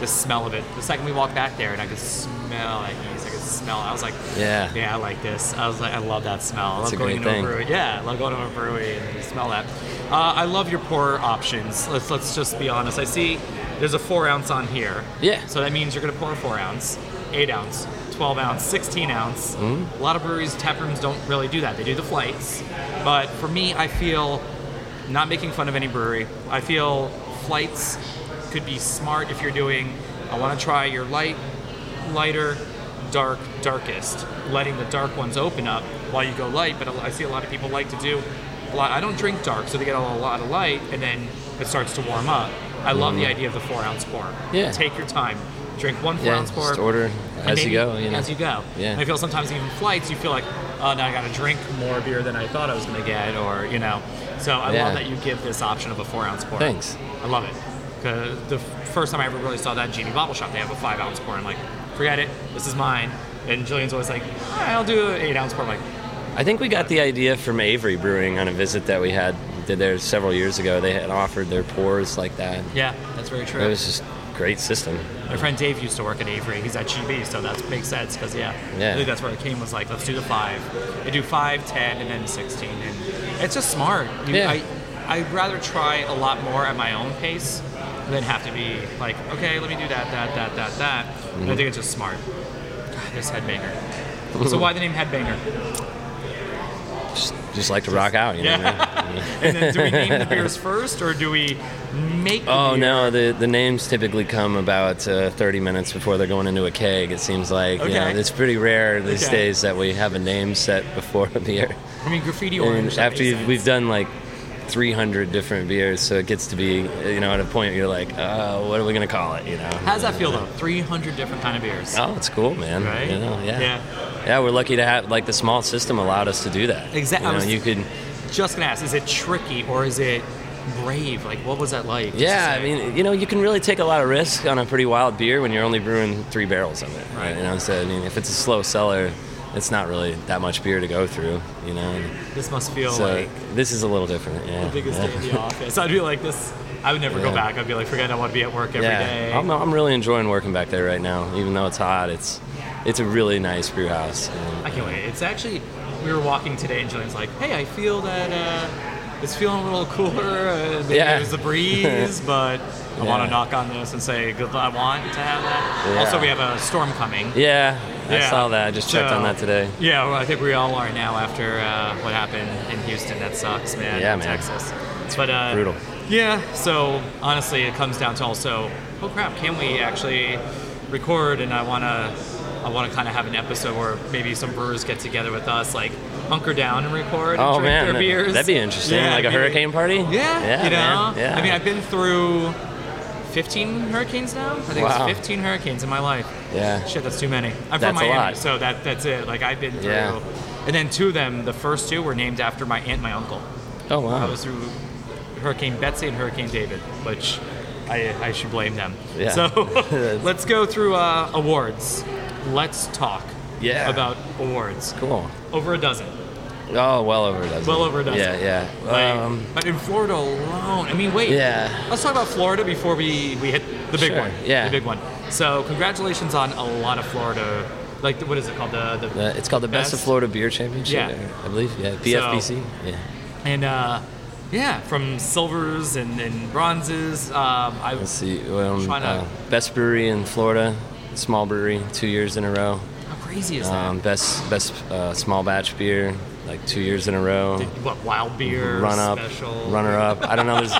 S2: the smell of it. The second we walked back there and I could smell that yeast, I could smell it. I was like,
S3: Yeah.
S2: yeah, I like this. I was like, I love that smell.
S3: That's
S2: I
S3: a
S2: love
S3: great
S2: going into
S3: thing.
S2: a brewery. Yeah, I love going to a brewery and you smell that. Uh, I love your pour options. Let's let's just be honest. I see there's a four ounce on here.
S3: Yeah.
S2: So that means you're gonna pour four ounce, eight ounce, twelve ounce, sixteen ounce. A lot of breweries, tap rooms don't really do that. They do the flights, but for me, I feel not making fun of any brewery. I feel flights could be smart if you're doing. I want to try your light, lighter, dark, darkest, letting the dark ones open up while you go light. But I see a lot of people like to do. A lot, I don't drink dark, so they get a lot of light, and then it starts to warm up. I love the idea of the four ounce pour.
S3: Mm-hmm. Yeah.
S2: Take your time. Drink one four
S3: Yeah,
S2: ounce pour.
S3: just order
S2: and
S3: as you
S2: maybe
S3: go, you know.
S2: As you go.
S3: Yeah.
S2: And I feel sometimes even flights, you feel like, oh, now I got to drink more beer than I thought I was going to get, or you know. So I
S3: Yeah.
S2: love that you give this option of a four ounce pour.
S3: Thanks.
S2: I love it. 'Cause The f- first time I ever really saw that Genie Bottle Shop, they have a five ounce pour. I'm like, forget it, this is mine. And Jillian's always like, "Ah, I'll do an eight ounce pour. I'm like,
S3: I think we got the idea from Avery Brewing on a visit that we had did there several years ago. They had offered their pours like that.
S2: yeah, that's very true.
S3: It was just great system.
S2: My friend Dave used to work at Avery. He's at GB, so that makes sense because yeah,
S3: Yeah.
S2: I think that's where it came. Was like, let's do the five. They do five, ten, and then sixteen, and it's just smart. You-
S3: Yeah.
S2: I, I'd rather try a lot more at my own pace than have to be like, okay, let me do that, that, that, that, that. And I think it's just smart. God, this headbanger. so why the name headbanger?
S3: Just, just like to rock out, you know. what I mean?
S2: Yeah. and then do we name the beers first, or do we make? The
S3: Oh
S2: beer?
S3: no, the the names typically come about uh, 30 minutes before they're going into a keg. It seems like you know,
S2: Okay.
S3: it's pretty rare these
S2: Okay.
S3: days that we have a name set before a beer.
S2: I mean, graffiti
S3: And
S2: orange. that
S3: after
S2: makes
S3: you've,
S2: sense.
S3: we've done like 300 different beers, so it gets to be you know at a point where you're like, uh, what are we gonna call it? You know.
S2: How's that feel though? 300 different kind of beers.
S3: Oh, it's cool, man.
S2: Right?
S3: You know, yeah.
S2: Yeah.
S3: yeah. we're lucky to have like the small system allowed us to do that.
S2: Exact- I
S3: You, know,
S2: was-
S3: you could.
S2: Just gonna ask, is it tricky or is it brave? Like, what was that like? Just
S3: Yeah,
S2: to
S3: I
S2: say-
S3: mean, you know, you can really take a lot of risk on a pretty wild beer when you're only brewing three barrels of it.
S2: Right.
S3: You know, so I mean, if it's a slow seller, it's not really that much beer to go through. You know. and
S2: this must feel
S3: so
S2: like
S3: this is a little different. Yeah.
S2: the biggest
S3: yeah.
S2: day in the office. I'd be like, this. I would never go
S3: Yeah.
S2: back. I'd be like, forget. I want to be at work every day.
S3: yeah, I'm, I'm really enjoying working back there right now. Even though it's hot, it's it's a really nice brew house.
S2: I can't wait. It's actually, we were walking today, and Jillian's like, "Hey, I feel that uh, it's feeling a little cooler. Uh, maybe
S3: Yeah.
S2: it was the breeze, but I want
S3: Yeah.
S2: to knock on this and say good. I want to have that.
S3: Yeah.
S2: Also, we have a storm coming.
S3: Yeah, I
S2: Yeah.
S3: saw that. I just checked
S2: So-
S3: on that today.
S2: Yeah, well, I think we all are now after uh, what happened in Houston. That sucks, man.
S3: Yeah,
S2: in
S3: man.
S2: Texas. But uh,
S3: brutal.
S2: Yeah. So honestly, it comes down to also, oh crap, can we actually record? And I wanna, I wanna kind of have an episode where maybe some brewers get together with us, like hunker down and record.
S3: Oh
S2: and drink
S3: man,
S2: their
S3: that-
S2: beers.
S3: that'd be interesting.
S2: Yeah,
S3: like a
S2: it'd be
S3: hurricane party.
S2: yeah,
S3: yeah,
S2: you know.
S3: man. yeah.
S2: I mean, I've been through 15 hurricanes now. I think
S3: Wow.
S2: it's 15 hurricanes in my life.
S3: Yeah.
S2: Shit, that's too many. I'm from
S3: That's a
S2: Miami,
S3: lot.
S2: so that that's it. Like I've been through.
S3: Yeah.
S2: And then two of them, the first two were named after my aunt and my uncle.
S3: oh
S2: I
S3: wow.
S2: was through Hurricane Betsy and Hurricane David, which I, I should blame them.
S3: Yeah.
S2: So let's go through uh, awards. Let's talk
S3: Yeah.
S2: about awards.
S3: cool.
S2: Over a dozen.
S3: Oh, well over a dozen.
S2: Well over a dozen.
S3: Yeah, yeah.
S2: Like,
S3: um,
S2: but in Florida alone, I mean, wait.
S3: Yeah.
S2: Let's talk about Florida before we, we hit the big
S3: Sure,
S2: one.
S3: yeah.
S2: The big one. So congratulations on a lot of Florida. Like the- what is it called? The, the
S3: the- Uh, it's called the Best, of
S2: Best?
S3: Florida Beer Championship.
S2: Yeah.
S3: I believe. Yeah, BFBC. yeah.
S2: and uh, yeah, from silvers and, and bronzes. Um, I
S3: Let's see. Um,
S2: Trying to-
S3: uh, best brewery in Florida, small brewery, two years in a row.
S2: how crazy is that?
S3: Um, best best uh, small batch beer, like two years in a row.
S2: What wild beer?
S3: run up,
S2: special.
S3: runner up. I don't know. There's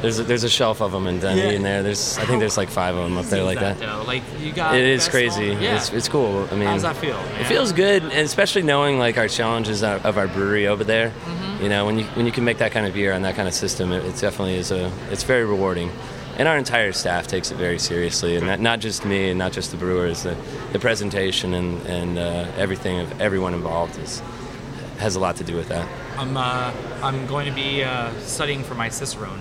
S3: there's a, there's a shelf of them in Denny,
S2: Yeah.
S3: and there there's I think there's like five of them up there like that.
S2: though? Like you got
S3: It is
S2: best
S3: crazy.
S2: on- yeah.
S3: It's, it's cool. I mean,
S2: How does that feel? Man?
S3: It feels good, and especially knowing like our challenges of of our brewery over there.
S2: Mm-hmm.
S3: You know, when you when you can make that kind of beer on that kind of system, it, it definitely is a it's very rewarding. And our entire staff takes it very seriously, and that, not just me and not just the brewers. The, the presentation and and uh, everything of everyone involved is has a lot to do with that.
S2: I'm uh, I'm going to be uh, studying for my cicerone.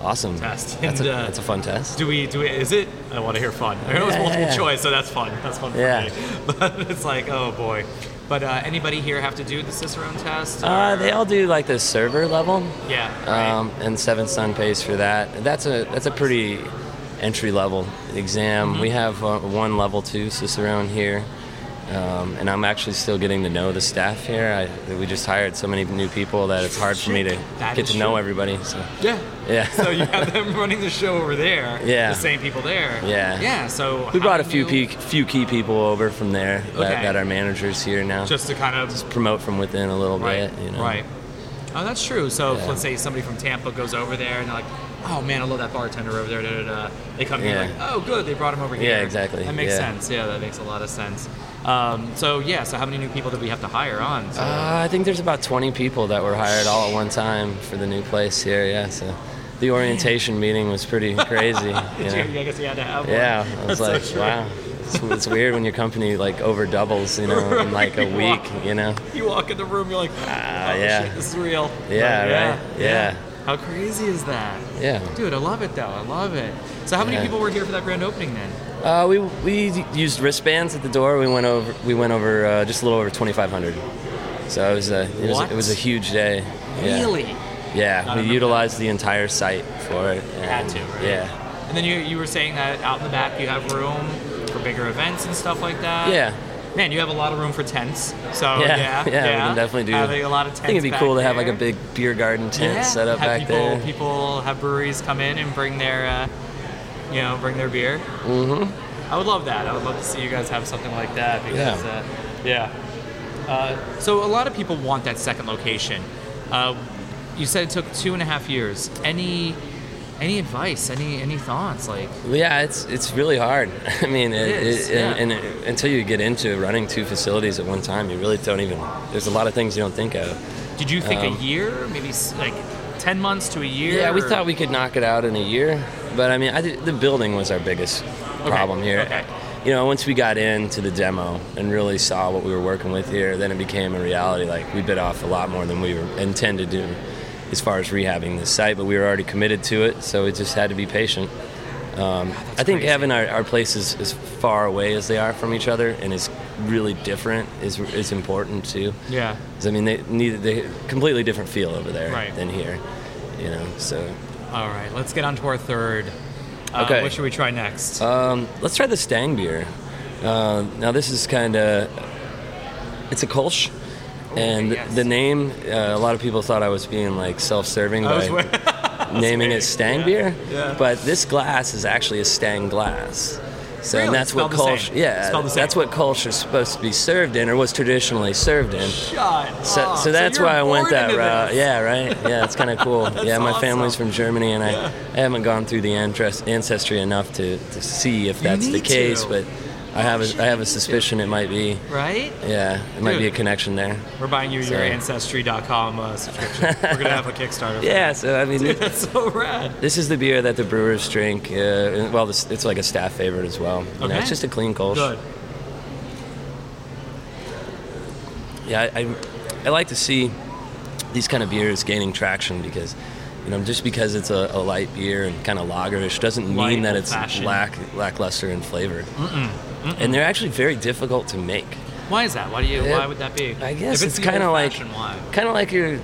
S3: Awesome.
S2: Test.
S3: That's a,
S2: And, uh,
S3: that's a fun test.
S2: Do we do it? Is it? I want to hear fun. I know
S3: Yeah,
S2: it's
S3: yeah,
S2: multiple
S3: yeah.
S2: choice, so that's fun. That's fun for
S3: Yeah.
S2: me. But it's like, oh boy. But uh, anybody here have to do the cicerone test?
S3: Uh,
S2: or-
S3: they all do like the server level.
S2: Yeah. right.
S3: um, and Seven Sun pays for that. That's a that's a pretty entry level exam.
S2: Mm-hmm.
S3: We have uh, one level two cicerone here, um, and I'm actually still getting to know the staff here. I, we just hired so many new people that it's hard for me to
S2: That
S3: get
S2: is
S3: to know
S2: true.
S3: everybody. So
S2: yeah.
S3: yeah.
S2: So you have them running the show over there.
S3: Yeah.
S2: The same people there.
S3: Yeah.
S2: Yeah. So
S3: we
S2: how
S3: brought a
S2: do
S3: few
S2: you-
S3: peak, few key people over from there that,
S2: Okay.
S3: that are managers here now.
S2: Just to kind of
S3: promote from within a little
S2: Right.
S3: bit. You know.
S2: Right. Oh, that's true. So if,
S3: Yeah.
S2: let's say somebody from Tampa goes over there and they're like, "Oh man, I love that bartender over there." Da, da, da. They come here
S3: Yeah.
S2: like, "Oh, good, they brought him over here."
S3: exactly.
S2: That makes
S3: Yeah.
S2: sense. Yeah, that makes a lot of sense. Um, so yeah, so how many new people did we have to hire on? So,
S3: Uh, I think there's about 20 people that were hired all at one time for the new place here. Yeah, so the orientation meeting was pretty crazy. you
S2: Did
S3: know.
S2: you- I guess you had to have one.
S3: Yeah, I was
S2: That's
S3: like,
S2: so true.
S3: wow, it's, it's weird when your company like over doubles, you know, in like a
S2: Right.
S3: week, you know.
S2: You walk in the room, you're like, "Oh
S3: Uh, yeah.
S2: shit, this is real."
S3: Yeah,
S2: But,
S3: right? Yeah.
S2: How crazy is that?
S3: Yeah.
S2: Dude, I love it though. I love it. So how many
S3: Yeah.
S2: people were here for that grand opening then?
S3: Uh, we we used wristbands at the door. We went over we went over uh, just a little over 2,500. So it was a it was,
S2: What?
S3: it was a huge day. Yeah.
S2: Really? I
S3: Yeah, we
S2: remember
S3: utilized the entire site for it. And,
S2: Had to, right?
S3: Yeah.
S2: And then you, you were saying that out in the back you have room for bigger events and stuff like that.
S3: Yeah.
S2: Man, you have a lot of room for tents. So
S3: Yeah,
S2: yeah,
S3: yeah,
S2: yeah,
S3: we can definitely do.
S2: Having a lot of
S3: I
S2: tents.
S3: think it'd be
S2: back
S3: cool to have like a
S2: there.
S3: big beer garden tent
S2: Yeah,
S3: set up
S2: have
S3: back
S2: people,
S3: there.
S2: People have breweries come in and bring their, uh, you know, bring their beer. Mm-hmm. I would love that. I would love to see you guys have something like that because,
S3: Yeah.
S2: yeah. Uh, yeah. Uh, so a lot of people want that second location. Uh, you said it took two and a half years. Any, any advice? Any, any thoughts? Like,
S3: Yeah, it's it's really hard. I mean, it,
S2: It is,
S3: it- and,
S2: yeah.
S3: and it- until you get into running two facilities at one time, you really don't even. There's a lot of things you don't think of.
S2: Did you think
S3: Um,
S2: a year, maybe s- like ten months to a year?
S3: Yeah, we
S2: or-
S3: thought we could knock it out in a year, but I mean, I, did- the building was our biggest problem here.
S2: okay.
S3: You know, once we got into the demo and really saw what we were working with here, then it became a reality. Like we bit off a lot more than we were intended to, as far as rehabbing this site. But we were already committed to it, so we just had to be patient. Um, I think
S2: crazy.
S3: having our, our places as far away as they are from each other and as really different is is important too.
S2: Yeah.
S3: 'Cause, I mean, they neither they completely different feel over there
S2: Right.
S3: than here. You know, so
S2: All right, let's get on to our third. Uh,
S3: Okay.
S2: What should we try next?
S3: Um, let's try the Stang beer. Uh, now this is kind of it's a Kolsch. And
S2: yes.
S3: the name, uh, a lot of people thought I was being like self-serving
S2: I was
S3: by
S2: wa-
S3: naming it Stang beer,
S2: yeah.
S3: but this glass is actually a Stang glass. So and
S2: Really?
S3: that's what
S2: Spelled the
S3: Kolsch,
S2: same.
S3: yeah,
S2: Spelled the same.
S3: that's what Kolsch is supposed to be served in, or was traditionally served in.
S2: Shut
S3: So,
S2: up.
S3: so that's
S2: you're
S3: why I went
S2: born
S3: that
S2: into
S3: route.
S2: this.
S3: Yeah, right. Yeah, it's kind of cool. yeah, my family's
S2: awesome.
S3: from Germany, and I, I haven't gone through the antres- ancestry enough to, to see if that's the
S2: need
S3: case,
S2: to.
S3: but I have a, I have a suspicion it might be.
S2: Right?
S3: Yeah, it might be a
S2: Dude.
S3: connection there.
S2: We're buying you your
S3: Sorry.
S2: Ancestry.com uh, subscription. We're going to have a Kickstarter.
S3: Yeah, so I mean,
S2: That's so rad.
S3: this is the beer that the brewers drink. Uh, and- well, this, it's like a staff favorite as well. You know,
S2: Okay.
S3: it's just a clean Kolsch.
S2: Good.
S3: Yeah, I, I, I like to see these kind of beers gaining traction because, you know, just because it's a, a light beer and kind of lagerish doesn't
S2: Light,
S3: mean that it's
S2: old-fashioned.
S3: lack, lackluster in flavor. And they're actually very difficult to make.
S2: Why is that? Why do you?
S3: Yeah,
S2: why would that be?
S3: I guess
S2: if
S3: it's
S2: the
S3: kinda like-
S2: old-fashioned, Why?
S3: Kind of like you're,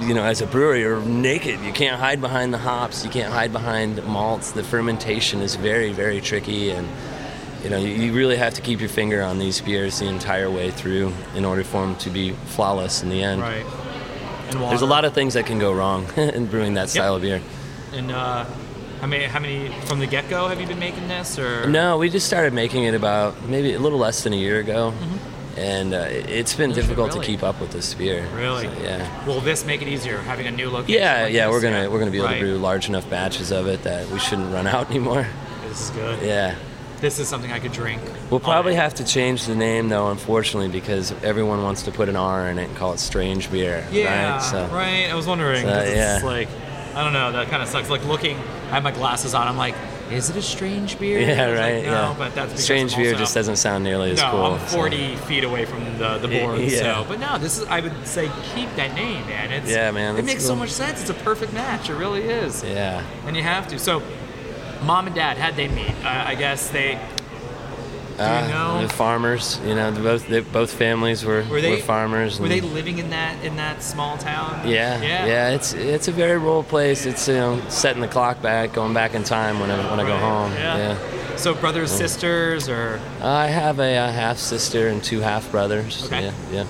S3: you know, as a brewer, you're naked. You can't hide behind the hops. You can't hide behind malts. The fermentation is very, very tricky, and you know, you, you really have to keep your finger on these beers the entire way through in order for them to be flawless in the end.
S2: Right. And
S3: There's a
S2: water.
S3: lot of things that can go wrong in brewing that style of beer.
S2: And uh, how many? How many from the get-go have you been making this? Or
S3: No, we just started making it about maybe a little less than a year ago. and uh, it's been difficult
S2: Mm-hmm. really?
S3: to keep up with this beer.
S2: Really?
S3: So, yeah.
S2: Will this make it easier having a new location?
S3: Yeah,
S2: like
S3: yeah,
S2: this?
S3: we're gonna we're gonna be able
S2: Right.
S3: to brew large enough batches of it that we shouldn't run out anymore.
S2: This is good.
S3: Yeah,
S2: This is something I could drink.
S3: we'll
S2: all
S3: probably
S2: day.
S3: have to change the name though, unfortunately, because everyone wants to put an R in it and call it Strange Beer.
S2: Yeah,
S3: right. So,
S2: right? I was wondering.
S3: So,
S2: 'cause it's
S3: yeah.
S2: like, I don't know. That kind of sucks. Like looking, I have my glasses on. I'm like, is it a strange beer?
S3: Yeah,
S2: I was
S3: right.
S2: Like, no,
S3: yeah,
S2: but that's because
S3: Strange
S2: I'm
S3: Beer
S2: also-
S3: just doesn't sound nearly as
S2: No,
S3: cool.
S2: I'm
S3: so-
S2: 40 feet away from the, the
S3: Y-
S2: board.
S3: yeah.
S2: So, but no, this is. I would say keep that name, man. It's,
S3: Yeah, man,
S2: It
S3: that's
S2: makes so
S3: cool.
S2: much sense. It's a perfect match. It really is.
S3: Yeah.
S2: And you have to. So, mom and dad, how'd they meet? Uh, I guess they
S3: Ah,
S2: know?
S3: The farmers, you know, the both they, both families were
S2: were they
S3: farmers.
S2: Were they
S3: and-
S2: living in that in that small town?
S3: Yeah,
S2: Yeah.
S3: yeah, It's it's a very rural place. It's you know setting the clock back, going back in time when I when I go
S2: Right,
S3: home.
S2: Yeah. So brothers,
S3: Mm-hmm.
S2: sisters, or
S3: I have a, uh half sister and two half brothers.
S2: Okay.
S3: Yeah,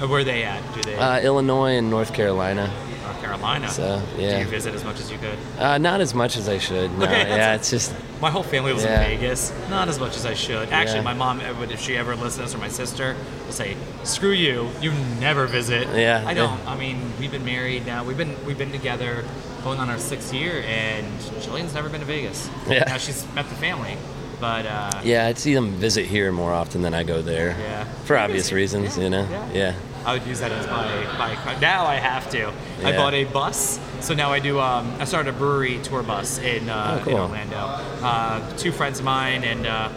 S2: or where are they at? Do they
S3: yeah. Uh, Illinois and North Carolina.
S2: North Carolina?
S3: So
S2: Do you
S3: yeah,
S2: visit as much as you could?
S3: uh, not as much as I should. No,
S2: Okay,
S3: yeah,
S2: that's-
S3: it's just
S2: My whole family lives
S3: Yeah.
S2: in Vegas. Not as much as I should. Actually,
S3: Yeah.
S2: my mom, eh, would- if she ever listens, or my sister, will say, "Screw you! You never visit."
S3: Yeah,
S2: I
S3: yeah.
S2: don't. I mean, we've been married now. We've been we've been together going on our sixth year, and Jillian's never been to Vegas.
S3: Yeah.
S2: Now she's met the family, but uh,
S3: yeah. I see them visit here more often than I go there.
S2: Yeah.
S3: For obvious reasons, you know.
S2: yeah.
S3: Yeah.
S2: I would use that as my, my now I have to. I
S3: Yeah.
S2: bought a bus, so now I do. Um, I started a brewery tour bus in, uh,
S3: Oh, cool.
S2: in Orlando. Uh, two friends of mine and uh,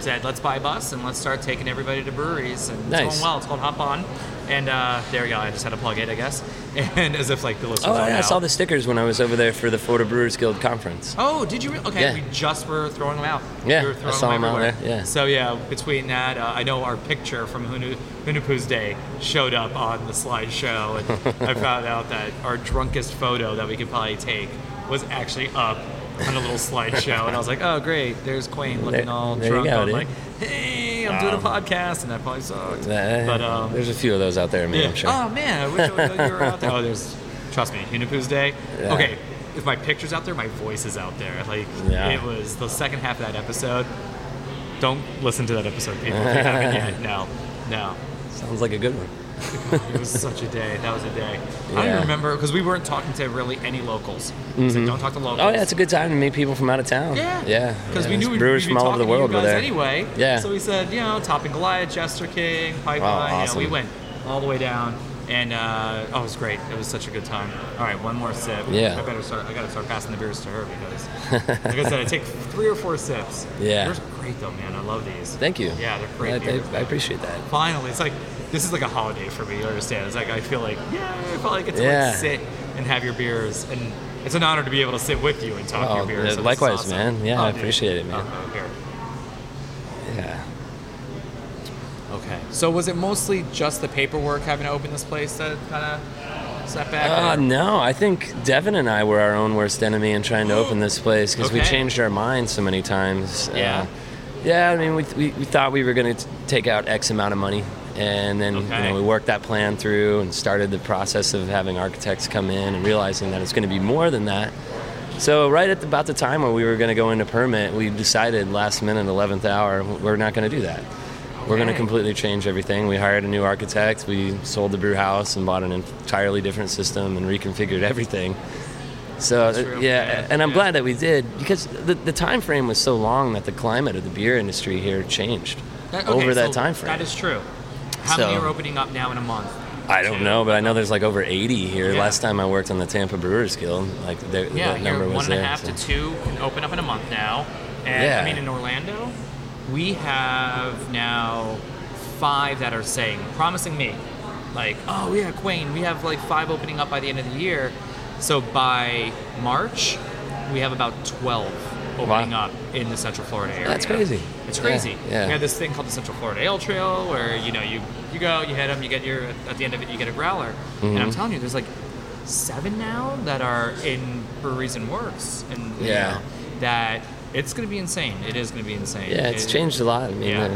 S2: said, "Let's buy a bus and let's start taking everybody to breweries." And it's
S3: Nice.
S2: going well. It's called Hop On, and uh, there we go. I just had to plug it, I guess. And as if like the listeners.
S3: Oh,
S2: all
S3: yeah, I
S2: know.
S3: saw the stickers when I was over there for the Florida Brewers Guild conference.
S2: Oh, did you? Re- okay,
S3: Yeah.
S2: we just were throwing them out.
S3: Yeah,
S2: we were
S3: I
S2: throwing
S3: saw them out
S2: everywhere.
S3: there, yeah.
S2: So yeah, between that, uh, I know our picture from Hunu- Hunupu's day showed up on the slideshow, and I found out that our drunkest photo that we could probably take was actually up on a little slideshow, and I was like, oh great, there's Quain looking
S3: There-
S2: all
S3: there you
S2: drunk.
S3: go,
S2: I'm
S3: dude. Um,
S2: like, hey, I'm doing a podcast, and that probably sucked.
S3: Uh,
S2: but um,
S3: there's a few of those out there, man.
S2: yeah.
S3: I'm sure.
S2: Oh man, I wish I would- you were out there. Oh, there's. Trust me, Hunapu's day.
S3: Yeah.
S2: Okay, if my picture's out there, my voice is out there. Like
S3: Yeah.
S2: it was the second half of that episode. Don't listen to that episode, people. If you haven't yet, no, no.
S3: Sounds like a good one.
S2: It was such a day. That was a day. I don't
S3: Yeah.
S2: remember because we weren't talking to really any locals. It's like, don't talk to locals.
S3: Oh yeah, it's a good time to meet people from out of town.
S2: Yeah.
S3: yeah.
S2: Because
S3: yeah,
S2: we
S3: there's
S2: knew we'd,
S3: brewers
S2: we'd
S3: from
S2: be
S3: all over the
S2: talking to you
S3: world were
S2: guys
S3: there.
S2: anyway.
S3: Yeah.
S2: So we said, you know, Topping Goliath, Jester King, Pipeline.
S3: awesome.
S2: You know, we went all the way down. And uh, oh, it was great. It was such a good time. All right, one more sip.
S3: Yeah.
S2: I better start. I gotta start passing the beers to her because, like I said, I take three or four sips.
S3: Yeah.
S2: Yours are great though, man. I love these.
S3: Thank you.
S2: Yeah, they're great.
S3: I, I,
S2: beers.
S3: I appreciate that.
S2: Finally, it's like this is like a holiday for me. You understand? It's like I feel like yeah, I finally get to
S3: Yeah.
S2: like, sit and have your beers, and it's an honor to be able to sit with you and talk your
S3: Oh,
S2: beers. so this is
S3: likewise,
S2: awesome.
S3: man. Yeah, I
S2: dude.
S3: appreciate it, man.
S2: Oh, here.
S3: Yeah.
S2: Okay. So was it mostly just the paperwork having to open this place that kind of set back?
S3: Uh,
S2: or-
S3: no, I think Devin and I were our own worst enemy in trying to open this place because we
S2: Okay.
S3: changed our minds so many times.
S2: Yeah.
S3: Uh, yeah, I mean, we, we, we thought we were going to take out X amount of money. And then
S2: Okay.
S3: you know, we worked that plan through and started the process of having architects come in and realizing that it's going to be more than that. So right at the, about the time when we were going to go into permit, we decided last minute, 11th hour, we're not going to do that. We're going to
S2: Okay.
S3: completely change everything. We hired a new architect. We sold the brew house and bought an entirely different system and reconfigured everything. So
S2: That's real
S3: uh, yeah,
S2: bad,
S3: and I'm
S2: yeah.
S3: glad that we did because the, the time frame was so long that the climate of the beer industry here changed
S2: That- okay,
S3: over that
S2: so
S3: time frame.
S2: That is true. How
S3: So-
S2: many are opening up now in a month?
S3: I don't know, but I know there's like over 80 here.
S2: Yeah.
S3: Last time I worked on the Tampa Brewers Guild, like the,
S2: Yeah,
S3: that
S2: here
S3: number was
S2: one and
S3: there.
S2: a half
S3: so.
S2: to two can open up in a month now. And I
S3: Yeah.
S2: mean, in Orlando, we have now five that are saying, promising me, like, oh yeah, Queen, we have like five opening up by the end of the year. So by March, we have about 12 opening
S3: Wow.
S2: up in the Central Florida area.
S3: That's crazy.
S2: It's
S3: Yeah,
S2: crazy.
S3: yeah.
S2: We had this thing called the Central Florida Ale Trail, where you know you you go, you hit them, you get your at the end of it, you get a growler. And
S3: Mm-hmm.
S2: I'm telling you, there's like seven now that are in breweries and works, and you
S3: Yeah.
S2: know, that it's gonna be insane. It is gonna be insane.
S3: Yeah, it's
S2: It-
S3: changed a lot. I mean,
S2: Yeah.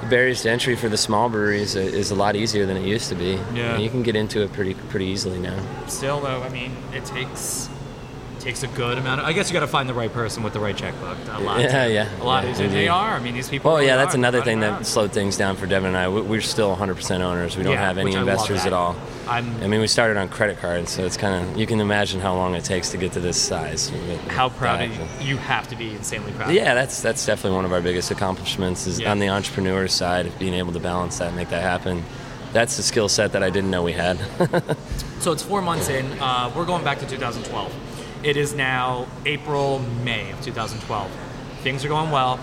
S3: the barriers to entry for the small breweries i- is a lot easier than it used to be.
S2: Yeah.
S3: You can get into it pretty pretty easily now.
S2: Still though, I mean, it takes takes a good amount of. I guess you got to find the right person with the right checkbook. A lot.
S3: Yeah, yeah.
S2: A lot
S3: Yeah,
S2: easier. They
S3: indeed.
S2: are. I mean, these people.
S3: Oh
S2: really
S3: yeah, that's
S2: are
S3: another
S2: running
S3: thing
S2: around.
S3: that slowed things down for Devin and I. We- We're still 100% owners. We don't
S2: Yeah,
S3: have any
S2: which I love
S3: investors at
S2: that.
S3: all.
S2: I'm-
S3: I mean, we started on credit cards, so it's kind of you can imagine how long it takes to get to this size.
S2: How proud of
S3: Yeah.
S2: you, you have to be insanely proud.
S3: Yeah, that's that's definitely one of our biggest accomplishments is
S2: Yeah.
S3: on the entrepreneur side of being able to balance that, and make that happen. That's the skill set that I didn't know we had.
S2: So it's four months in. Uh, we're going back to 2012. It is now April, May of 2012. Things are going well,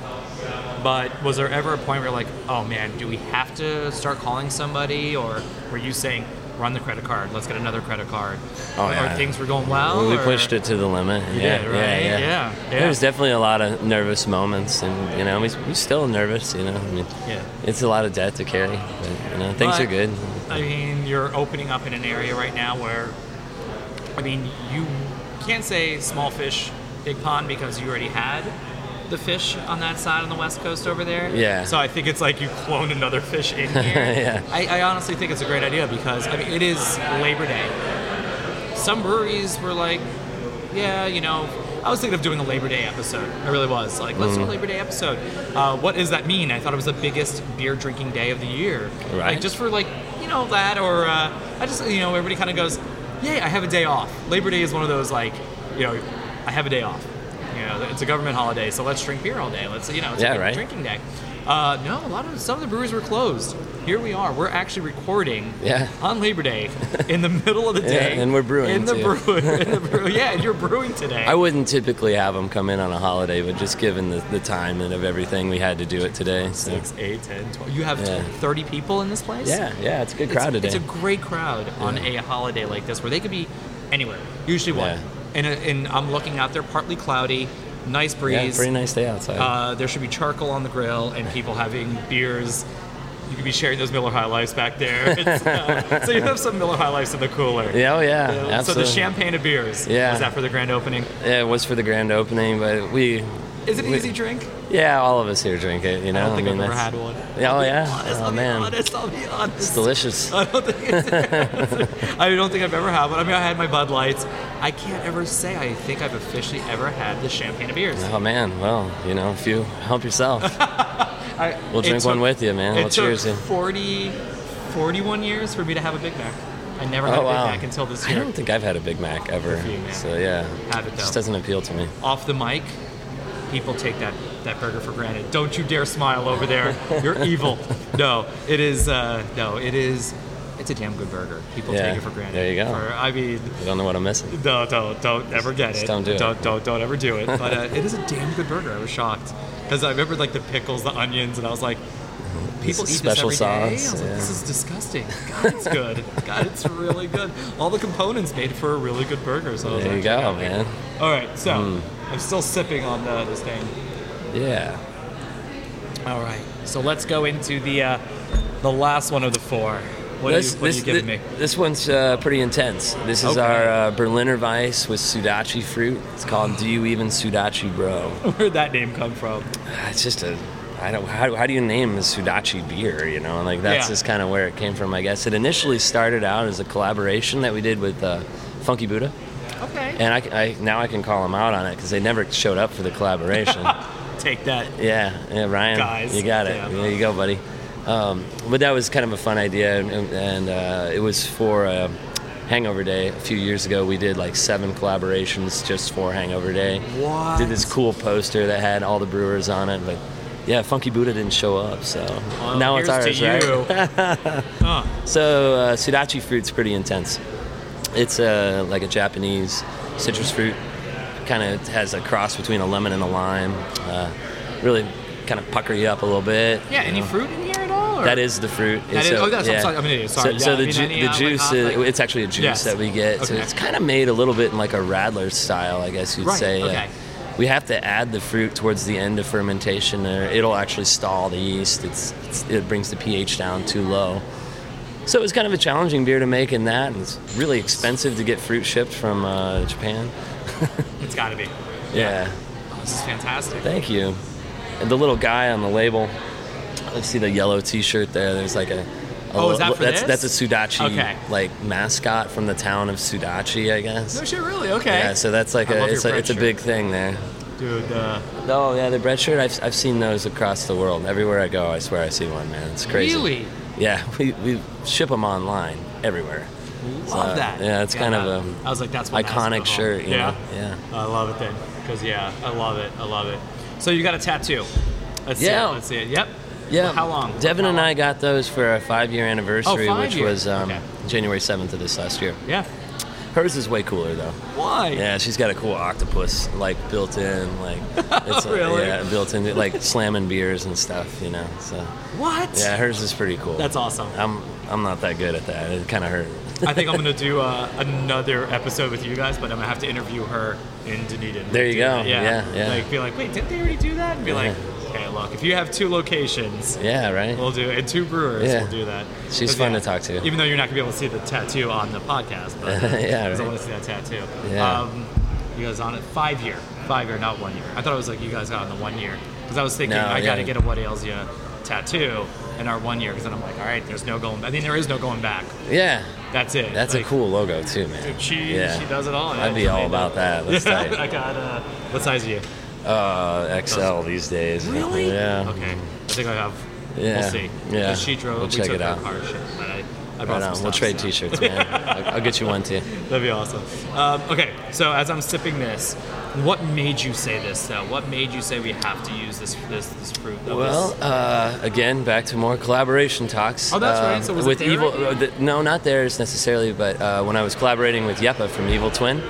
S2: but was there ever a point where you're like, oh man, do we have to start calling somebody? Or were you saying, run the credit card, let's get another credit card?
S3: Oh,
S2: or
S3: yeah.
S2: things were going well?
S3: we
S2: or-
S3: pushed it to the limit.
S2: You
S3: yeah,
S2: did, right?
S3: yeah, yeah,
S2: Yeah, yeah.
S3: There was definitely a lot of nervous moments, and you know, we we still nervous. You know, I mean,
S2: Yeah.
S3: it's a lot of debt to carry. But, you know, things
S2: But,
S3: are good.
S2: I mean, you're opening up in an area right now where, I mean, you can't say small fish, big pond because you already had the fish on that side on the west coast over there.
S3: Yeah.
S2: So I think it's like you cloned another fish in here.
S3: Yeah.
S2: I, I honestly think it's a great idea because I mean it is Labor Day. Some breweries were like, yeah, you know. I was thinking of doing a Labor Day episode. I really was. Like, let's do
S3: Mm.
S2: a Labor Day episode. Uh, what does that mean? I thought it was the biggest beer drinking day of the year. Like,
S3: Right.
S2: just for like, you know, that or uh, I just, you know, everybody kind of goes, yay, I have a day off. Labor Day is one of those like, you know, I have a day off. You know, it's a government holiday, so let's drink beer all day. Let's, you know, it's
S3: Yeah,
S2: a good
S3: right.
S2: drinking day. Uh, no, a lot of some of the breweries were closed. Here we are. We're actually recording
S3: Yeah.
S2: on Labor Day in the middle of the day,
S3: and we're brewing,
S2: in the
S3: too.
S2: brew. In the brew. Yeah, and you're brewing today.
S3: I wouldn't typically have them come in on a holiday, but just given the, the time and of everything, we had to do it today. So.
S2: Six, eight, ten, twelve. You have
S3: Yeah.
S2: 30 people in this place?
S3: Yeah, eh? yeah, it's a good
S2: It's-
S3: crowd
S2: It's
S3: today.
S2: a great crowd on a holiday like this where they could be anywhere. Usually one.
S3: Yeah.
S2: And, and I'm looking out there, partly cloudy, nice
S3: yeah,
S2: breeze.
S3: pretty nice day outside.
S2: uh, there should be charcoal on the grill and people having beers. You could be sharing those Miller High Lifes back there. It's, uh, so you have some Miller High Lifes in the cooler.
S3: yeah, oh yeah,
S2: So- So
S3: absolutely.
S2: the champagne of beers.
S3: Yeah.
S2: Was that for the grand opening?
S3: yeah, it was for the grand opening, but we.
S2: Is it an
S3: we-
S2: easy drink?
S3: Yeah, all of us here drink it. You know,
S2: I don't think
S3: mean,
S2: I've ever
S3: that's-
S2: had one.
S3: Yeah, oh yeah.
S2: Honest,
S3: oh
S2: I'll
S3: man,
S2: be honest. I'll be honest.
S3: it's delicious.
S2: I don't think it's, I don't think I've ever had one. I mean, I had my Bud Lights. I can't ever say I think I've officially ever had the champagne of beers.
S3: Oh man, well, you know, if you help yourself,
S2: I,
S3: we'll
S2: it
S3: drink
S2: took-
S3: one with you, man.
S2: It
S3: We'll
S2: took
S3: cheers you.
S2: 40, 41 years for me to have a Big Mac. I never had
S3: Oh,
S2: a Big
S3: wow.
S2: Mac until this
S3: I
S2: year.
S3: don't think I've had a Big Mac ever.
S2: you, man.
S3: So yeah,
S2: Have it,
S3: just
S2: though.
S3: doesn't appeal to me.
S2: Off the mic, people take that, that burger for granted. Don't you dare smile over there. You're evil. No, it is. Uh, no, it is. It's a damn good burger. People
S3: Yeah,
S2: take it for granted.
S3: there you go.
S2: For- I mean,
S3: I don't know what I'm missing.
S2: No, don't, don't ever get
S3: Just
S2: it.
S3: don't do it.
S2: Don't, don't, don't ever do it. But uh, it is a damn good burger. I was shocked because I remembered like the pickles, the onions, and I was like,
S3: Mm-hmm.
S2: people
S3: is
S2: eat
S3: special
S2: this every day.
S3: sauce,
S2: I was like,
S3: yeah.
S2: this is disgusting. God, it's good. God, it's really good. All the components made for a really good burger. So I was
S3: There you
S2: like,
S3: go, Mm.
S2: "Yeah."
S3: man.
S2: All right, so I'm still sipping on the, this thing.
S3: Yeah.
S2: All right, so let's go into the uh, the last one of the four. What,
S3: this,
S2: are, you, what are
S3: this-
S2: you giving
S3: thi-
S2: me?
S3: this one's uh, pretty intense. This is
S2: Okay.
S3: our uh, Berliner Weiss with Sudachi fruit. It's called Do You Even Sudachi Bro?
S2: Where'd that name come from?
S3: It's just a. I don't. How, how do you name a Sudachi beer? You know, like that's
S2: Yeah.
S3: just kind of where it came from, I guess. It initially started out as a collaboration that we did with uh, Funky Buddha,
S2: Okay.
S3: and I, I now I can call them out on it because they never showed up for the collaboration.
S2: Take that.
S3: Yeah, yeah, Ryan,
S2: Guys.
S3: you got it.
S2: Yeah.
S3: There you go, buddy. Um, but that was kind of a fun idea, and, and uh, it was for uh, Hangover Day a few years ago. We did like seven collaborations just for Hangover Day.
S2: What?
S3: Did this cool poster that had all the brewers on it, but yeah, Funky Buddha didn't show up, so
S2: Well,
S3: now it's
S2: here's
S3: ours,
S2: to
S3: right?
S2: you. Huh.
S3: So uh, sudachi fruit's pretty intense. It's uh, like a Japanese citrus fruit. Kind of has a cross between a lemon and a lime. Uh, really kind of pucker you up a little bit.
S2: Yeah,
S3: you
S2: any
S3: know.
S2: fruit in here at all? Or?
S3: That is the fruit.
S2: That is- oh, that's- I'm sorry, I'm an idiot,
S3: So,
S2: sorry.
S3: so
S2: Yeah, I
S3: the,
S2: mean,
S3: ju-
S2: any,
S3: the
S2: uh, like
S3: juice,
S2: hot,
S3: is,
S2: like-
S3: it's actually a juice
S2: Yes.
S3: that we get. So
S2: Okay.
S3: it's kind of made a little bit in like a Radler style, I guess you'd
S2: Right,
S3: say. yeah.
S2: okay.
S3: We have to add the fruit towards the end of fermentation, or it'll actually stall the yeast. It's, it's, it brings the pH down too low. So it was kind of a challenging beer to make in that, and it's really expensive to get fruit shipped from uh, Japan.
S2: It's got to be.
S3: Yeah.
S2: Oh, this is fantastic.
S3: Thank you. And the little guy on the label, I see the yellow T-shirt there. There's like a
S2: Oh, is that for
S3: that's
S2: this?
S3: that's a Sudachi
S2: Okay.
S3: like mascot from the town of Sudachi, I guess.
S2: No shit, really? Okay.
S3: Yeah, so that's like
S2: I
S3: a
S2: love
S3: it's,
S2: your
S3: like it's a
S2: bread
S3: big thing there.
S2: Dude, uh,
S3: Oh yeah, the bread shirt. I've, I've seen those across the world. Everywhere I go, I swear I see one. Man, it's crazy.
S2: really?
S3: Yeah, we, we ship them online everywhere.
S2: Love that.
S3: yeah, it's kind of
S2: that-
S3: a
S2: I was like, that's one that has to
S3: Iconic
S2: go
S3: shirt.
S2: home.
S3: You
S2: yeah.
S3: Know? Yeah.
S2: I love it then, because yeah, I love it. I love it. So you got a tattoo. Let's
S3: Yeah.
S2: see it. Let's see it. Yep.
S3: Yeah.
S2: How long?
S3: Devin
S2: How
S3: and I
S2: long? Oh,
S3: got those for our five-year anniversary,
S2: five
S3: which
S2: years.
S3: was um,
S2: Okay.
S3: January 7th of this last year.
S2: Yeah.
S3: Hers is way cooler though.
S2: Why?
S3: Yeah, she's got a cool octopus like built in, like it's uh,
S2: Really?
S3: yeah, built in, like slamming beers and stuff. You know, so
S2: What?
S3: yeah, hers is pretty cool.
S2: That's awesome.
S3: I'm I'm not that good at that. It kind of hurt.
S2: I think I'm gonna do uh, another episode with you guys, but I'm gonna have to interview her in Dunedin.
S3: There you
S2: Do
S3: go.
S2: that.
S3: Yeah, yeah.
S2: Like, be like, wait, did they already do that? And be like, okay, look, if you have two locations,
S3: Yeah, right.
S2: we'll do it. And two brewers,
S3: Yeah.
S2: we'll do that.
S3: She's
S2: 'Cause,
S3: fun to talk to.
S2: Even though you're not gonna be able to see the tattoo on the podcast, but
S3: Yeah,
S2: because I
S3: right.
S2: want to see that tattoo.
S3: Yeah.
S2: Um, you guys on it five year, five year, not one year. I thought it was like you guys got on the one year because I was thinking
S3: No,
S2: I
S3: yeah.
S2: got to get a what ails you tattoo in our one year because then I'm like, all right, there's no going. I mean, there is no going back.
S3: yeah,
S2: That's it.
S3: that's
S2: Like,
S3: a cool logo too, man.
S2: Dude, she
S3: yeah.
S2: she does it all.
S3: I'd be all about that. That's
S2: I
S3: tight.
S2: got uh, what size are you?
S3: Uh, XL these days. Yeah.
S2: Okay. I think I have.
S3: Mm. Yeah.
S2: We'll see.
S3: Yeah.
S2: 'Cause She drove.
S3: We'll
S2: we
S3: check
S2: took
S3: it
S2: her
S3: out.
S2: Car shit, but I, I brought
S3: Right
S2: some
S3: on. We'll
S2: stuff,
S3: trade
S2: so.
S3: T-shirts, man. I'll, I'll get you one too.
S2: That'd be awesome. Um, okay. So as I'm sipping this, what made you say this though? What made you say we have to use this this this fruit? of
S3: Well,
S2: this?
S3: uh, again, back to more collaboration talks.
S2: Oh, that's
S3: uh,
S2: right. So was it
S3: with
S2: their
S3: Evil,
S2: idea?
S3: uh, th- no, not theirs necessarily, but uh, when I was collaborating with Yepa from Evil Twin,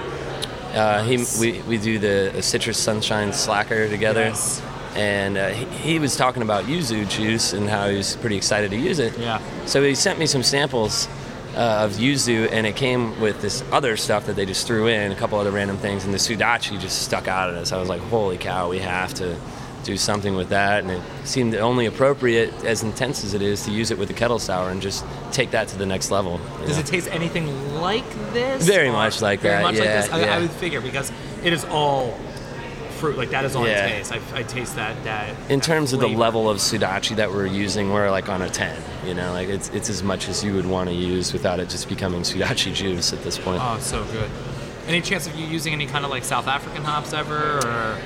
S3: uh, he, we, we do the Citrus Sunshine Slacker together,
S2: Yes.
S3: and uh, he, he was talking about yuzu juice and how he was pretty excited to use it.
S2: Yeah.
S3: So he sent me some samples uh, of yuzu, and it came with this other stuff that they just threw in, a couple other random things, and the sudachi just stuck out at us. I was like, holy cow, we have to do something with that. And it seemed only appropriate, as intense as it is, to use it with the kettle sour and just take that to the next level. you
S2: Does
S3: know?
S2: it taste anything like this?
S3: Very
S2: Or-
S3: much like
S2: very
S3: that,
S2: much
S3: yeah,
S2: like this. I, I
S3: yeah.
S2: would figure because it is all fruit. Like that is all
S3: Yeah.
S2: I taste. I, I taste that that.
S3: in
S2: that
S3: terms of the
S2: flavor.
S3: level of sudachi that we're using, we're like on a 10. You know, like it's, it's as much as you would want to use without it just becoming sudachi juice at this point.
S2: Oh, so good. Any chance of you using any kind of like South African hops ever? Or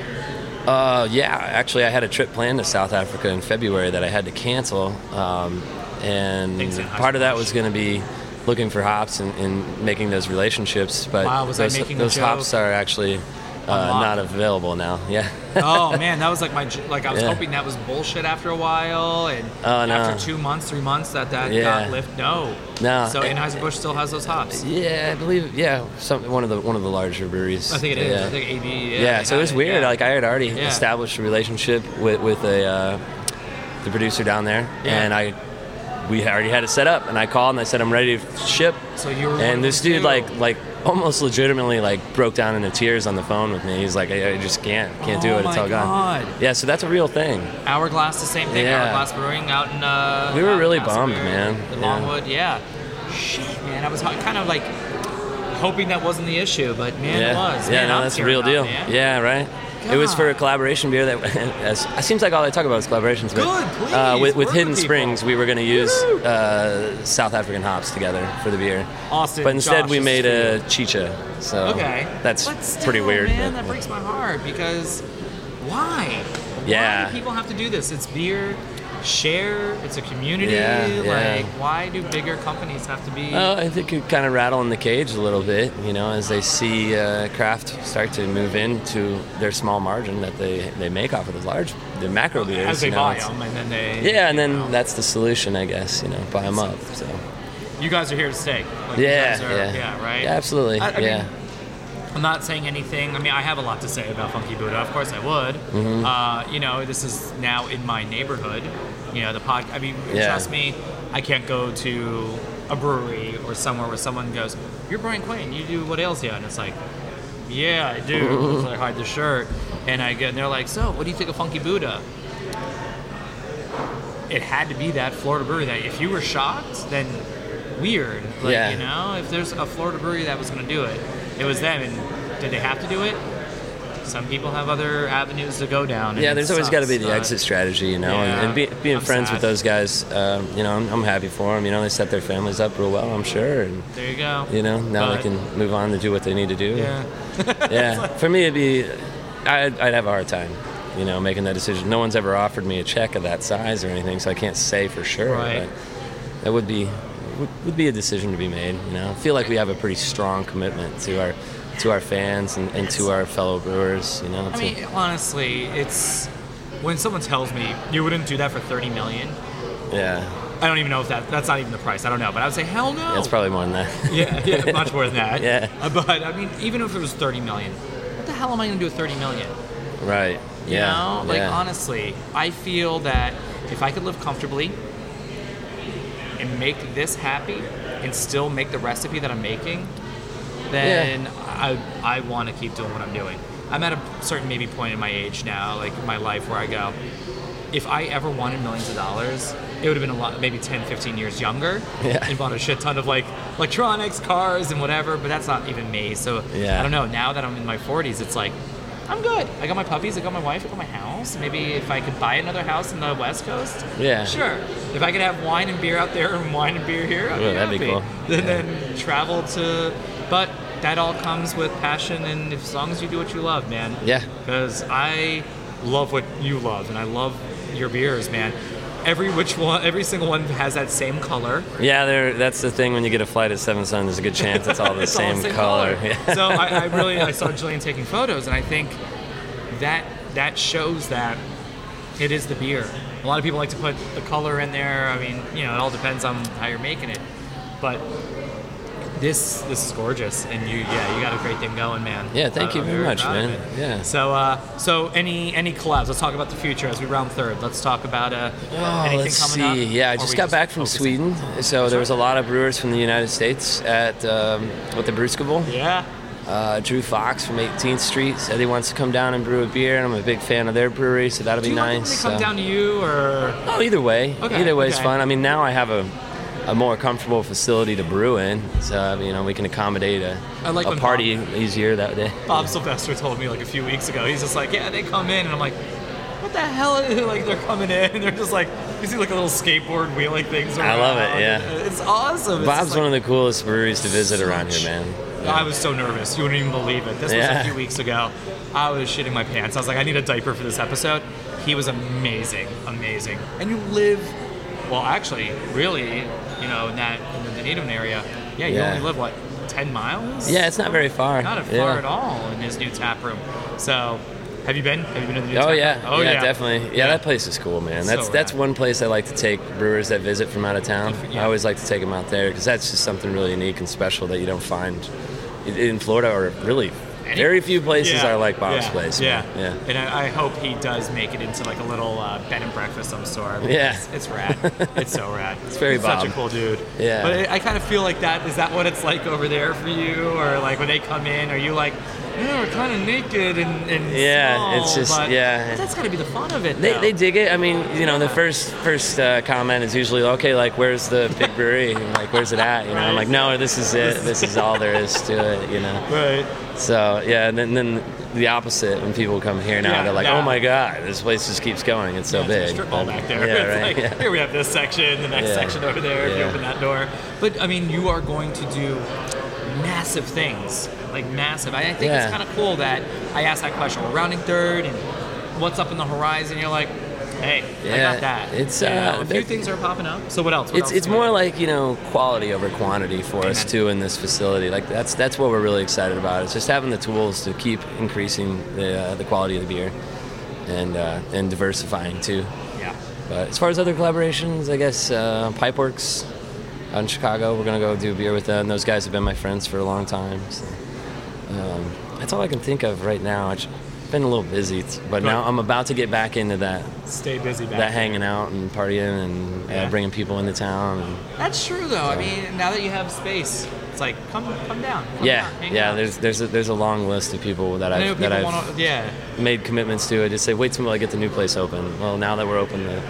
S3: Uh, yeah, actually, I had a trip planned to South Africa in February that I had to cancel, um, and
S2: Things in
S3: part of that was going to be looking for hops and, and making those relationships. But
S2: Wow, was I
S3: those,
S2: making a
S3: those
S2: joke?
S3: hops are actually uh,
S2: lot.
S3: not available now. Yeah,
S2: oh man, that was like my j- like I was
S3: Yeah.
S2: hoping that was bullshit after a while, and
S3: Oh, no.
S2: after two months, three months, that that
S3: Yeah.
S2: got lift. No,
S3: No.
S2: So Anheuser Busch still has those hops.
S3: yeah, I believe yeah, some one of the one of the larger breweries.
S2: I think it is.
S3: Yeah.
S2: I think AB. Yeah.
S3: yeah,
S2: they
S3: so it
S2: had
S3: was weird.
S2: yeah.
S3: Like I had already
S2: Yeah.
S3: established a relationship with with a uh, the producer down there,
S2: Yeah.
S3: and I we already had it set up. And I called and I said I'm ready to ship.
S2: So you were one of
S3: and this
S2: those
S3: dude
S2: two.
S3: like like almost legitimately like broke down into tears on the phone with me. He's like I, I just can't can't do
S2: Oh
S3: it.
S2: my
S3: It's all gone.
S2: God.
S3: Yeah, so that's a real thing.
S2: Hourglass, the same thing.
S3: Yeah.
S2: Hourglass Brewing out in. Uh,
S3: We were
S2: out in
S3: really
S2: Pasadena,
S3: bummed, man.
S2: in
S3: Yeah.
S2: Longwood, yeah. Shit, man. I was ho- kind of like hoping that wasn't the issue, but man,
S3: yeah,
S2: it was.
S3: yeah,
S2: man,
S3: no,
S2: I'm
S3: that's a
S2: tearing
S3: real
S2: up,
S3: deal.
S2: man.
S3: Yeah, right. It was for a
S2: God.
S3: collaboration beer that as, it seems like all I talk about is collaborations. But,
S2: Good,
S3: uh,
S2: please,
S3: with with
S2: work
S3: Hidden
S2: with people.
S3: Springs, we were going to use uh, South African hops together for the beer.
S2: Austin,
S3: but instead
S2: Josh,
S3: we
S2: this is
S3: made
S2: for
S3: a chicha. So
S2: Okay.
S3: that's
S2: But still,
S3: pretty weird.
S2: Man,
S3: but-
S2: that breaks my heart because why? Why
S3: Yeah.
S2: do people have to do this? It's beer, share, it's a community.
S3: Yeah, yeah. Oh.
S2: Like, why do bigger companies have to be.
S3: Well, I think you're kind of rattling the cage a little bit, you know, as they see uh, craft start to move into their small margin that they, they make off of the large, the macro beers.
S2: as they
S3: you know,
S2: buy
S3: it's-
S2: them, and then they.
S3: Yeah, and then that's the solution, I guess. You know, buy them up. So
S2: You guys are here to stay. Like, you
S3: yeah,
S2: guys are-
S3: yeah,
S2: Yeah, right?
S3: Yeah, absolutely.
S2: I- I mean,
S3: yeah,
S2: I'm not saying anything. I mean, I have a lot to say about Funky Buddha. Of course, I would. Uh, you know, this is now in my neighborhood. You know, the pod. I mean,
S3: Yeah.
S2: trust me, I can't go to a brewery or somewhere where someone goes, "You're Brian Quain. You do what ails you?" And it's like, "Yeah, I do." so I hide the shirt, and I get, and they're like, "So, what do you think of Funky Buddha?" It had to be that Florida brewery. That if you were shocked, then weird. Like,
S3: Yeah.
S2: You know know, if there's a Florida brewery that was going to do it, it was them. And did they have to do it? some people have other avenues to go down. and
S3: yeah,
S2: it
S3: there's always
S2: sucks,
S3: got to be the
S2: but-
S3: exit strategy, you know,
S2: Yeah,
S3: and, and be, being
S2: I'm
S3: friends with
S2: sad.
S3: those guys, uh, you know, I'm, I'm happy for them. You know, they set their families up real well, I'm sure, and
S2: There you go.
S3: you know, now
S2: But-
S3: they can move on to do what they need to do.
S2: Yeah.
S3: Yeah. for me, it'd be, I'd, I'd have a hard time, you know, making that decision. No one's ever offered me a check of that size or anything, so I can't say for sure.
S2: Right.
S3: But that would be, would, would be a decision to be made. You know, I feel like we have a pretty strong commitment to our, to our fans and, and to our fellow brewers. You know,
S2: I
S3: to-
S2: mean, honestly, it's when someone tells me you wouldn't do that for 30 million.
S3: yeah,
S2: I don't even know if that that's not even the price. I don't know, but I would say hell no.
S3: that's probably more than that.
S2: yeah, yeah, much more than that.
S3: Yeah.
S2: Uh, But I mean, even if it was 30 million, what the hell am I going to do with 30 million?
S3: right.
S2: You
S3: Yeah.
S2: know? Like,
S3: yeah.
S2: honestly, I feel that if I could live comfortably and make this happy and still make the recipe that I'm making, then I, I want to keep doing what I'm doing. I'm at a certain maybe point in my age now, like in my life where I go, if I ever wanted millions of dollars, it would have been a lot, maybe 10, 15 years younger
S3: Yeah.
S2: and bought a shit ton of like electronics, cars, and whatever, but that's not even me. So
S3: Yeah.
S2: I don't know. Now that I'm in my 40s, it's like, I'm good. I got my puppies, I got my wife, I got my house. Maybe if I could buy another house in the West Coast,
S3: Yeah.
S2: sure. If I could have wine and beer out there and wine and beer here, I'd
S3: Ooh,
S2: be
S3: that'd be
S2: happy.
S3: cool.
S2: And then travel to, but that all comes with passion and as long as you do what you love, man.
S3: Yeah.
S2: Because I love what you love, and I love your beers, man. Every which one, every single one has that same color.
S3: Yeah, there. That's the thing. When you get a flight at Seven Sun, there's a good chance it's all the,
S2: It's all
S3: same, color. Yeah.
S2: So I, I really, I saw Jillian taking photos, and I think that that shows that it is the beer. A lot of people like to put the color in there. I mean, you know, it all depends on how you're making it, but. This this is gorgeous, and you yeah you got a great thing going, man.
S3: Yeah, thank
S2: I'm-
S3: you
S2: I'm
S3: very much,
S2: proud of
S3: man.
S2: it.
S3: Yeah.
S2: So, uh, so any any collabs? Let's talk about the future as we round third. Let's talk about uh, anything
S3: Oh, let's
S2: coming
S3: see.
S2: up.
S3: Yeah, I
S2: Or
S3: just
S2: we
S3: got back from
S2: focusing?
S3: Sweden, so there was a lot of brewers from the United States at um, with the Brewskable.
S2: Yeah,
S3: Uh, Drew Fox from 18th Street said he wants to come down and brew a beer, and I'm a big fan of their brewery, so that'll
S2: do
S3: be
S2: you want them
S3: nice. uh,
S2: to come
S3: so-
S2: down to you or
S3: Oh, either way.
S2: Okay,
S3: either way is
S2: okay.
S3: fun. I mean, now I have a, a more comfortable facility to brew in, so you know we can accommodate a,
S2: I like
S3: a
S2: when
S3: party easier that day.
S2: Bob Sylvester told me like a few weeks ago. He's just like, yeah, they come in, and I'm like, what the hell? Is it? Like they're coming in, and they're just like, you see like a little skateboard wheeling things. Around.
S3: I love it, yeah.
S2: And it's awesome. It's
S3: Bob's
S2: just, like,
S3: one of the coolest breweries to visit around here, man.
S2: I was so nervous. You wouldn't even believe it. This was
S3: Yeah.
S2: a few weeks ago. I was shitting my pants. I was like, I need a diaper for this episode. He was amazing, amazing. And you live, well, actually, really, you know, in that in the Dunedin area. Yeah, you
S3: Yeah.
S2: only live what, ten miles?
S3: Yeah, it's not very far.
S2: not far
S3: Yeah.
S2: at all in his new tap room. So, have you been? Have you been to the new tap
S3: Oh
S2: room?
S3: yeah,
S2: Oh yeah,
S3: definitely. Yeah, that place is cool, man.
S2: So
S3: That's that's
S2: rad.
S3: one place I like to take brewers that visit from out of town.
S2: Yeah.
S3: I always like to take them out there because that's just something really unique and special that you don't find i- in Florida or really
S2: Any-
S3: very few places
S2: Yeah,
S3: are like Bob's
S2: yeah,
S3: place.
S2: Yeah,
S3: man. yeah.
S2: And I, I hope he does make it into like a little uh, bed and breakfast of some sort.
S3: Yeah.
S2: it's, it's rad. it's so rad. It's
S3: very
S2: such a
S3: Bob.
S2: cool dude.
S3: Yeah.
S2: but I, I kind of feel like that. Is that what it's like over there for you, or like when they come in, are you like? Yeah, we're kind of naked and, and
S3: Yeah,
S2: small,"
S3: it's just-
S2: but-
S3: yeah.
S2: but that's got to be the fun of it.
S3: They,
S2: though.
S3: they dig it. I mean, you know, the first first uh, comment is usually, okay, like, where's the big brewery? like, where's it at? You know, I'm
S2: Right.
S3: like, no, this is it. This is all there is to it. You know.
S2: right.
S3: So yeah, and then, then the opposite when people come here now,
S2: Yeah,
S3: they're like,
S2: yeah.
S3: "Oh my god, this place just keeps going. It's so
S2: Yeah,
S3: big."
S2: it's a Strip mall back there.
S3: Yeah,
S2: It's
S3: right.
S2: like,
S3: yeah.
S2: Here we have this section, the next
S3: Yeah.
S2: section over there. If you
S3: Yeah.
S2: open that door, but I mean, you are going to do massive things, like massive. I, I think
S3: Yeah.
S2: it's kind of cool that I asked that question. We're rounding third, and what's up in the horizon? You're like, hey, I
S3: Yeah,
S2: got that.
S3: it's,
S2: You
S3: uh,
S2: know, a few
S3: that-
S2: things are popping up. So what else? What
S3: It's,
S2: else
S3: it's
S2: do we
S3: more
S2: have?
S3: like you know quality over quantity for us
S2: Amen.
S3: too in this facility. Like that's that's what we're really excited about. It's just having the tools to keep increasing the, uh, the quality of the beer, and uh, and diversifying too.
S2: yeah.
S3: But as far as other collaborations, I guess uh, Pipeworks out in Chicago, we're gonna go do a beer with them. Those guys have been my friends for a long time. So, um, that's all I can think of right now. I've been a little busy, t- but now
S2: Right.
S3: I'm about to get back into that
S2: Stay busy back.
S3: that hanging out and partying and
S2: Yeah.
S3: uh, bringing people into town. And,
S2: That's true though. I mean, now that you have space, it's like come come down. come
S3: yeah,
S2: down, hang
S3: yeah.
S2: out.
S3: There's there's a, there's a long list of people that
S2: I know
S3: I've that
S2: people
S3: I've
S2: want to. Yeah.
S3: made commitments to. I just say wait till I get the new place open. Well, now that we're open, the,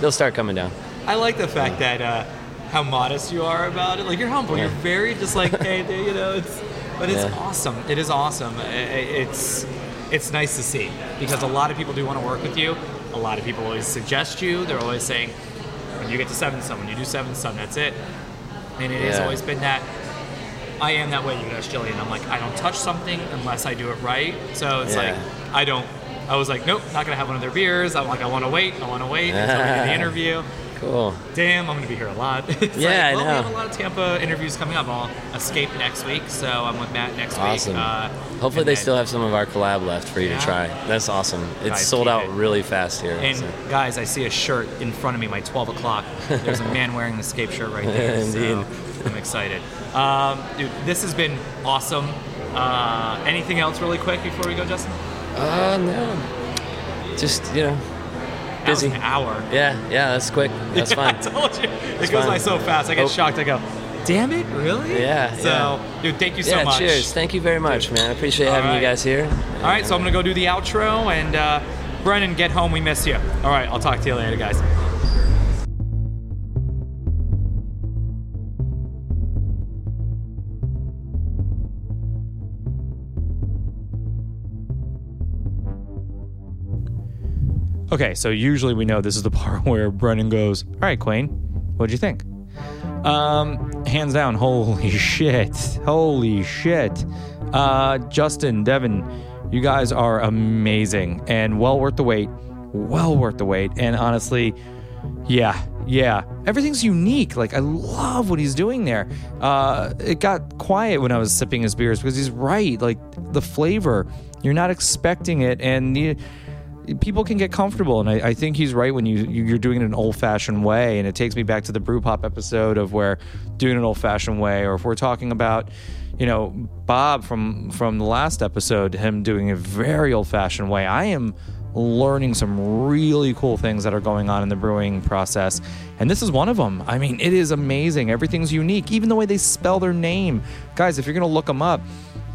S3: they'll start coming down.
S2: I like the fact that uh, how modest you are about it. Like you're humble. You're
S3: Yeah.
S2: very just like hey, you know. It's but it's
S3: Yeah.
S2: awesome. It is awesome. I- I- It's
S4: it's nice to see because a lot of people do want to work with you. A lot of people always suggest you. They're always saying, when you get to seven sun, when you do seven sun, that's it. And it has
S3: Yeah.
S4: always been that. I am that way, you know, Jillian. I'm like, I don't touch something unless I do it right. So it's
S3: Yeah.
S4: like, I don't. I was like, nope, not gonna have one of their beers. I'm like, I want to wait. I want to wait until we do the interview.
S3: Cool.
S4: Damn, I'm gonna be here a lot. It's
S3: Yeah, I
S4: like, well,
S3: know.
S4: We have a lot of Tampa interviews coming up. I'll escape next week, so I'm with Matt next
S3: Awesome.
S4: week. Uh,
S3: Hopefully,
S4: and
S3: they
S4: then-
S3: still have some of our collab left for you
S4: Yeah.
S3: to try. That's awesome. It's
S4: Nice,
S3: sold
S4: keep
S3: out
S4: it.
S3: really fast here.
S4: And
S3: so.
S4: guys, I see a shirt in front of me, my 12 o'clock. There's a man wearing an escape shirt right there. So
S3: Indeed.
S4: I'm excited. Um, dude, this has been awesome. Uh, anything else really quick before we go, Justin?
S3: Uh, no. Just, you know,
S4: That was
S3: busy.
S4: an hour.
S3: Yeah, yeah, that's quick. That's
S4: Yeah,
S3: fine.
S4: I told you. It goes
S3: fine.
S4: by so fast. I get
S3: Oh.
S4: shocked. I go, damn it, really?
S3: Yeah,
S4: So, dude, thank you so
S3: yeah,
S4: much.
S3: cheers. Thank you very much, man. I appreciate
S4: All
S3: having
S4: right.
S3: you guys here.
S4: All right, so I'm going to go do the outro. And uh, Brennan, get home. We miss you. All right, I'll talk to you later, guys.
S2: Okay, so usually we know this is the part where Brennan goes, All right, Queen, what'd you think? Um, hands down, holy shit. Holy shit. Uh, Justin, Devin, you guys are amazing and well worth the wait. Well worth the wait. And honestly, yeah, yeah. Everything's unique. Like I love what he's doing there. Uh, it got quiet when I was sipping his beers because he's right. Like the flavor, you're not expecting it, and you, people can get comfortable. And I, I think he's right when you you- you're doing it an old fashioned way. And it takes me back to the brew pop episode of where doing it an old fashioned way, or if we're talking about you know Bob from from the last episode, him doing a very old fashioned way. I am learning some really cool things that are going on in the brewing process. And this is one of them. I mean, it is amazing. Everything's unique, even the way they spell their name. Guys, if you're going to look them up,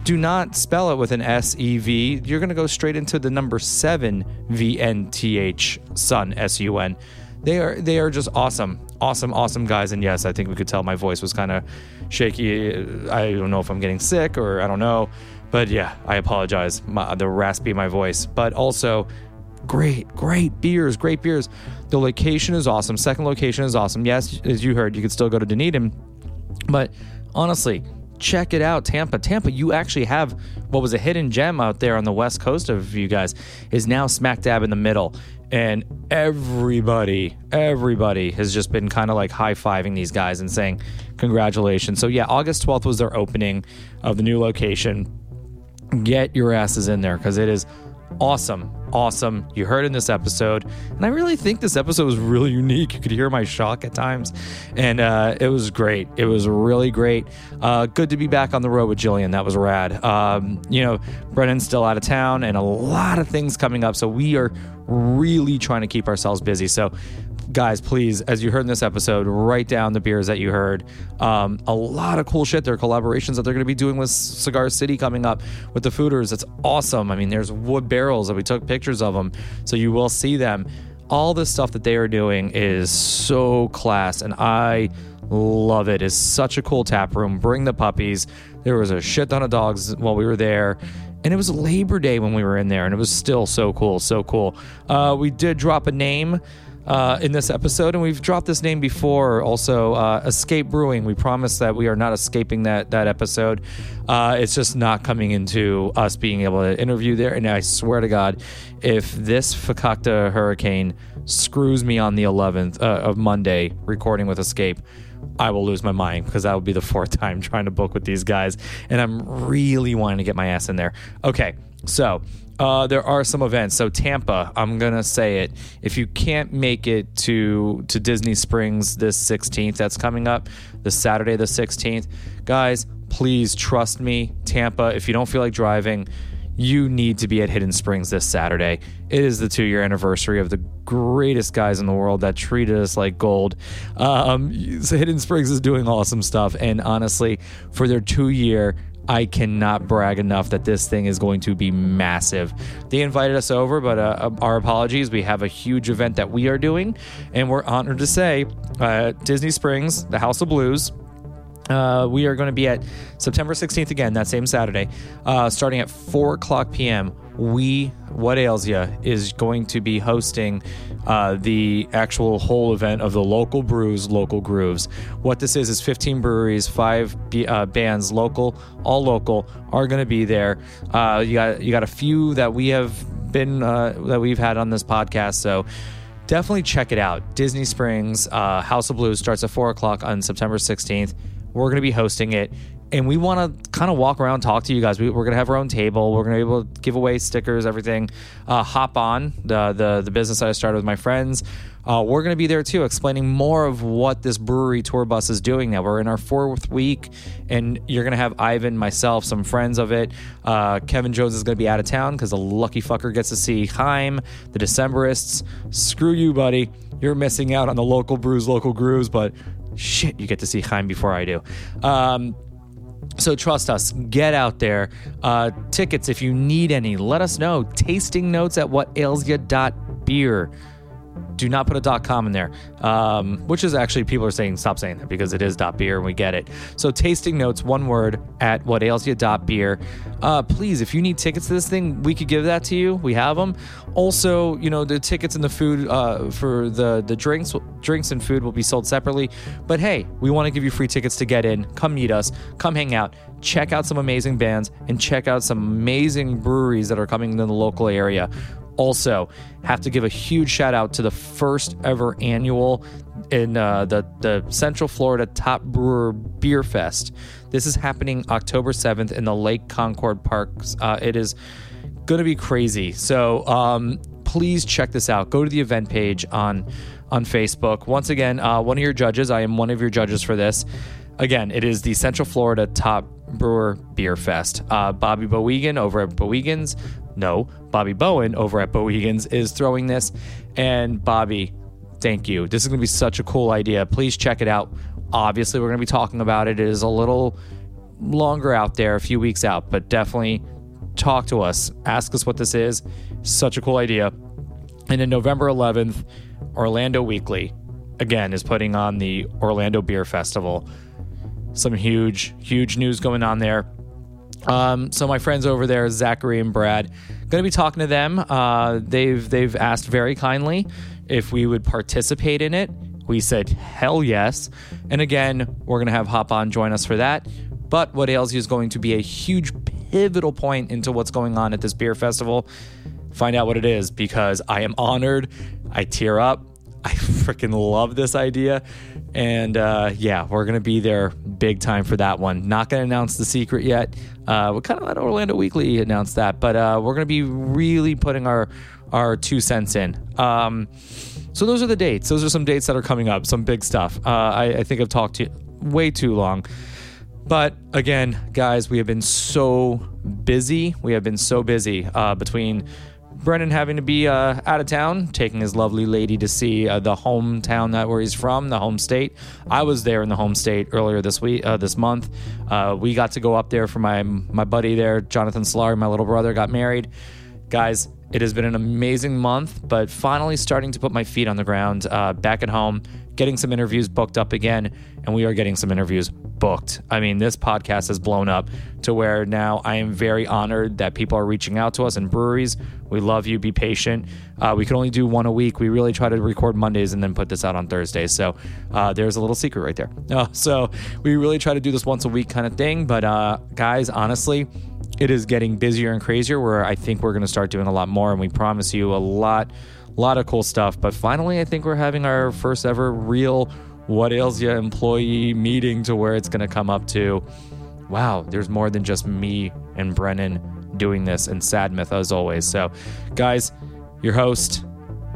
S2: do not spell it with an S E V. You're going to go straight into the number 7 V N T H Sun S U N. They are they are just awesome. Awesome, awesome guys. And yes, I think we could tell my voice was kind of shaky. I don't know if I'm getting sick or I don't know. But yeah, I apologize. My, the raspy in my voice. But also, great, great beers, great beers. The location is awesome. Second location is awesome. Yes, as you heard, you could still go to Dunedin. But honestly, check it out, Tampa. Tampa, you actually have what was a hidden gem out there on the west coast of you guys is now smack dab in the middle. And everybody, everybody has just been kind of like high fiving these guys and saying, Congratulations. So, yeah, August 12th was their opening of the new location get your asses in there because it is awesome awesome you heard in this episode and i really think this episode was really unique you could hear my shock at times and uh, it was great it was really great uh, good to be back on the road with jillian that was rad um, you know brennan's still out of town and a lot of things coming up so we are really trying to keep ourselves busy so guys please as you heard in this episode write down the beers that you heard um, a lot of cool shit there are collaborations that they're going to be doing with cigar city coming up with the fooders that's awesome i mean there's wood barrels that we took pictures of them so you will see them all this stuff that they are doing is so class and i love it it's such a cool tap room bring the puppies there was a shit ton of dogs while we were there and it was labor day when we were in there and it was still so cool so cool uh, we did drop a name uh, in this episode, and we've dropped this name before. Also, uh, Escape Brewing. We promise that we are not escaping that that episode. Uh, it's just not coming into us being able to interview there. And I swear to God, if this Fakakta hurricane screws me on the 11th uh, of Monday, recording with Escape. I will lose my mind because that would be the fourth time trying to book with these guys, and I'm really wanting to get my ass in there. Okay, so uh, there are some events. So Tampa, I'm gonna say it. If you can't make it to to Disney Springs this 16th, that's coming up, this Saturday the 16th, guys. Please trust me, Tampa. If you don't feel like driving, you need to be at Hidden Springs this Saturday. It is the two year anniversary of the greatest guys in the world that treated us like gold. Um, so Hidden Springs is doing awesome stuff. And honestly, for their two year, I cannot brag enough that this thing is going to be massive. They invited us over, but uh, our apologies. We have a huge event that we are doing, and we're honored to say uh, Disney Springs, the House of Blues, Uh, we are going to be at September 16th again, that same Saturday, uh, starting at 4 o'clock p.m. We, What Ails Ya, is going to be hosting uh, the actual whole event of the local brews, local grooves. What this is, is 15 breweries, five b- uh, bands, local, all local, are going to be there. Uh, you, got, you got a few that we have been, uh, that we've had on this podcast. So, definitely check it out. Disney Springs, uh, House of Blues starts at four o'clock on September 16th. We're going to be hosting it, and we want to kind of walk around, talk to you guys. We, we're going to have our own table. We're going to be able to give away stickers, everything. Uh, hop on the, the the business that I started with my friends. Uh, we're going to be there too, explaining more of what this brewery tour bus is doing now. We're in our fourth week, and you're going to have Ivan, myself, some friends of it. Uh, Kevin Jones is going to be out of town because the lucky fucker gets to see Heim, the Decemberists. Screw you, buddy. You're missing out on the local brews, local grooves, but shit, you get to see Heim before I do. Um, so trust us, get out there. Uh, tickets, if you need any, let us know. Tasting notes at whatailsya.beer. Do not put a dot .com in there, um, which is actually people are saying stop saying that because it is dot .beer and we get it. So tasting notes, one word at whatailsya.beer. Uh, please, if you need tickets to this thing, we could give that to you. We have them. Also, you know the tickets and the food uh, for the the drinks drinks and food will be sold separately. But hey, we want to give you free tickets to get in. Come meet us. Come hang out. Check out some amazing bands and check out some amazing breweries that are coming in the local area. Also, have to give a huge shout out to the first ever annual in uh, the the Central Florida Top Brewer Beer Fest. This is happening October seventh in the Lake Concord Park. Uh, it is going to be crazy. So um, please check this out. Go to the event page on on Facebook. Once again, uh, one of your judges. I am one of your judges for this. Again, it is the Central Florida Top Brewer Beer Fest. Uh, Bobby Bowegan over at Bowegan's, no, Bobby Bowen over at Bowegan's is throwing this. And Bobby, thank you. This is going to be such a cool idea. Please check it out. Obviously, we're going to be talking about it. It is a little longer out there, a few weeks out, but definitely talk to us. Ask us what this is. Such a cool idea. And then November 11th, Orlando Weekly, again, is putting on the Orlando Beer Festival. Some huge, huge news going on there. Um, so my friends over there, Zachary and Brad, going to be talking to them. Uh, they've they've asked very kindly if we would participate in it. We said hell yes, and again we're going to have Hop on join us for that. But what ails you is going to be a huge pivotal point into what's going on at this beer festival. Find out what it is because I am honored. I tear up. I freaking love this idea. And uh, yeah, we're going to be there big time for that one. Not going to announce the secret yet. Uh, we kind of let Orlando Weekly announce that, but uh, we're going to be really putting our our two cents in. Um, so those are the dates. Those are some dates that are coming up, some big stuff. Uh, I, I think I've talked to way too long. But again, guys, we have been so busy. We have been so busy uh, between Brennan having to be uh, out of town, taking his lovely lady to see uh, the hometown that where he's from, the home state. I was there in the home state earlier this week, uh, this month. Uh, we got to go up there for my my buddy there, Jonathan Slaughter, my little brother, got married. Guys, it has been an amazing month, but finally starting to put my feet on the ground uh, back at home, getting some interviews booked up again, and we are getting some interviews booked. I mean, this podcast has blown up to where now I am very honored that people are reaching out to us in breweries. We love you. Be patient. Uh, we can only do one a week. We really try to record Mondays and then put this out on Thursdays. So uh, there's a little secret right there. Uh, so we really try to do this once a week kind of thing. But uh, guys, honestly, it is getting busier and crazier where I think we're going to start doing a lot more and we promise you a lot lot of cool stuff but finally I think we're having our first ever real what ails ya employee meeting to where it's going to come up to wow there's more than just me and Brennan doing this and sad myth as always so guys your host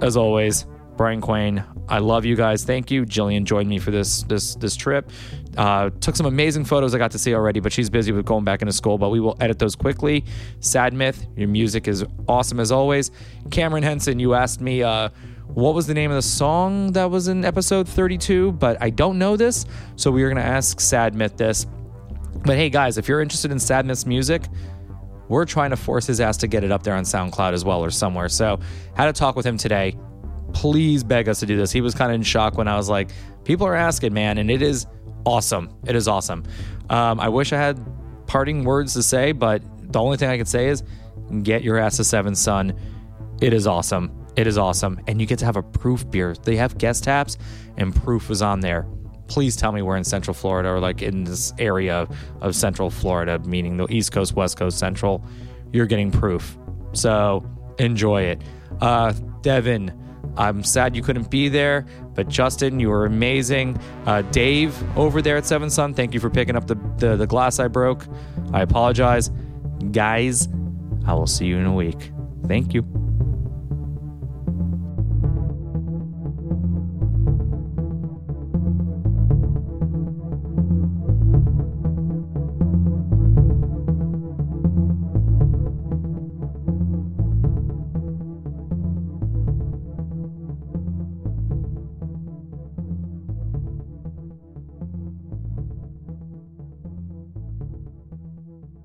S2: as always Brian Quain. I love you guys. Thank you. Jillian joined me for this this this trip. Uh, took some amazing photos I got to see already, but she's busy with going back into school. But we will edit those quickly. Sad Myth, your music is awesome as always. Cameron Henson, you asked me uh, what was the name of the song that was in episode 32, but I don't know this, so we are gonna ask Sad Myth this. But hey guys, if you're interested in Sad Myth's music, we're trying to force his ass to get it up there on SoundCloud as well or somewhere. So, had a talk with him today please beg us to do this. He was kind of in shock when I was like, people are asking, man, and it is awesome. It is awesome. Um, I wish I had parting words to say, but the only thing I can say is get your ass to Seven Sun. It is awesome. It is awesome. And you get to have a proof beer. They have guest taps, and proof was on there. Please tell me we're in Central Florida or like in this area of Central Florida, meaning the East Coast, West Coast, Central. You're getting proof. So enjoy it. Uh, Devin, I'm sad you couldn't be there, but Justin, you were amazing. Uh, Dave over there at Seven Sun, thank you for picking up the, the, the glass I broke. I apologize. Guys, I will see you in a week. Thank you.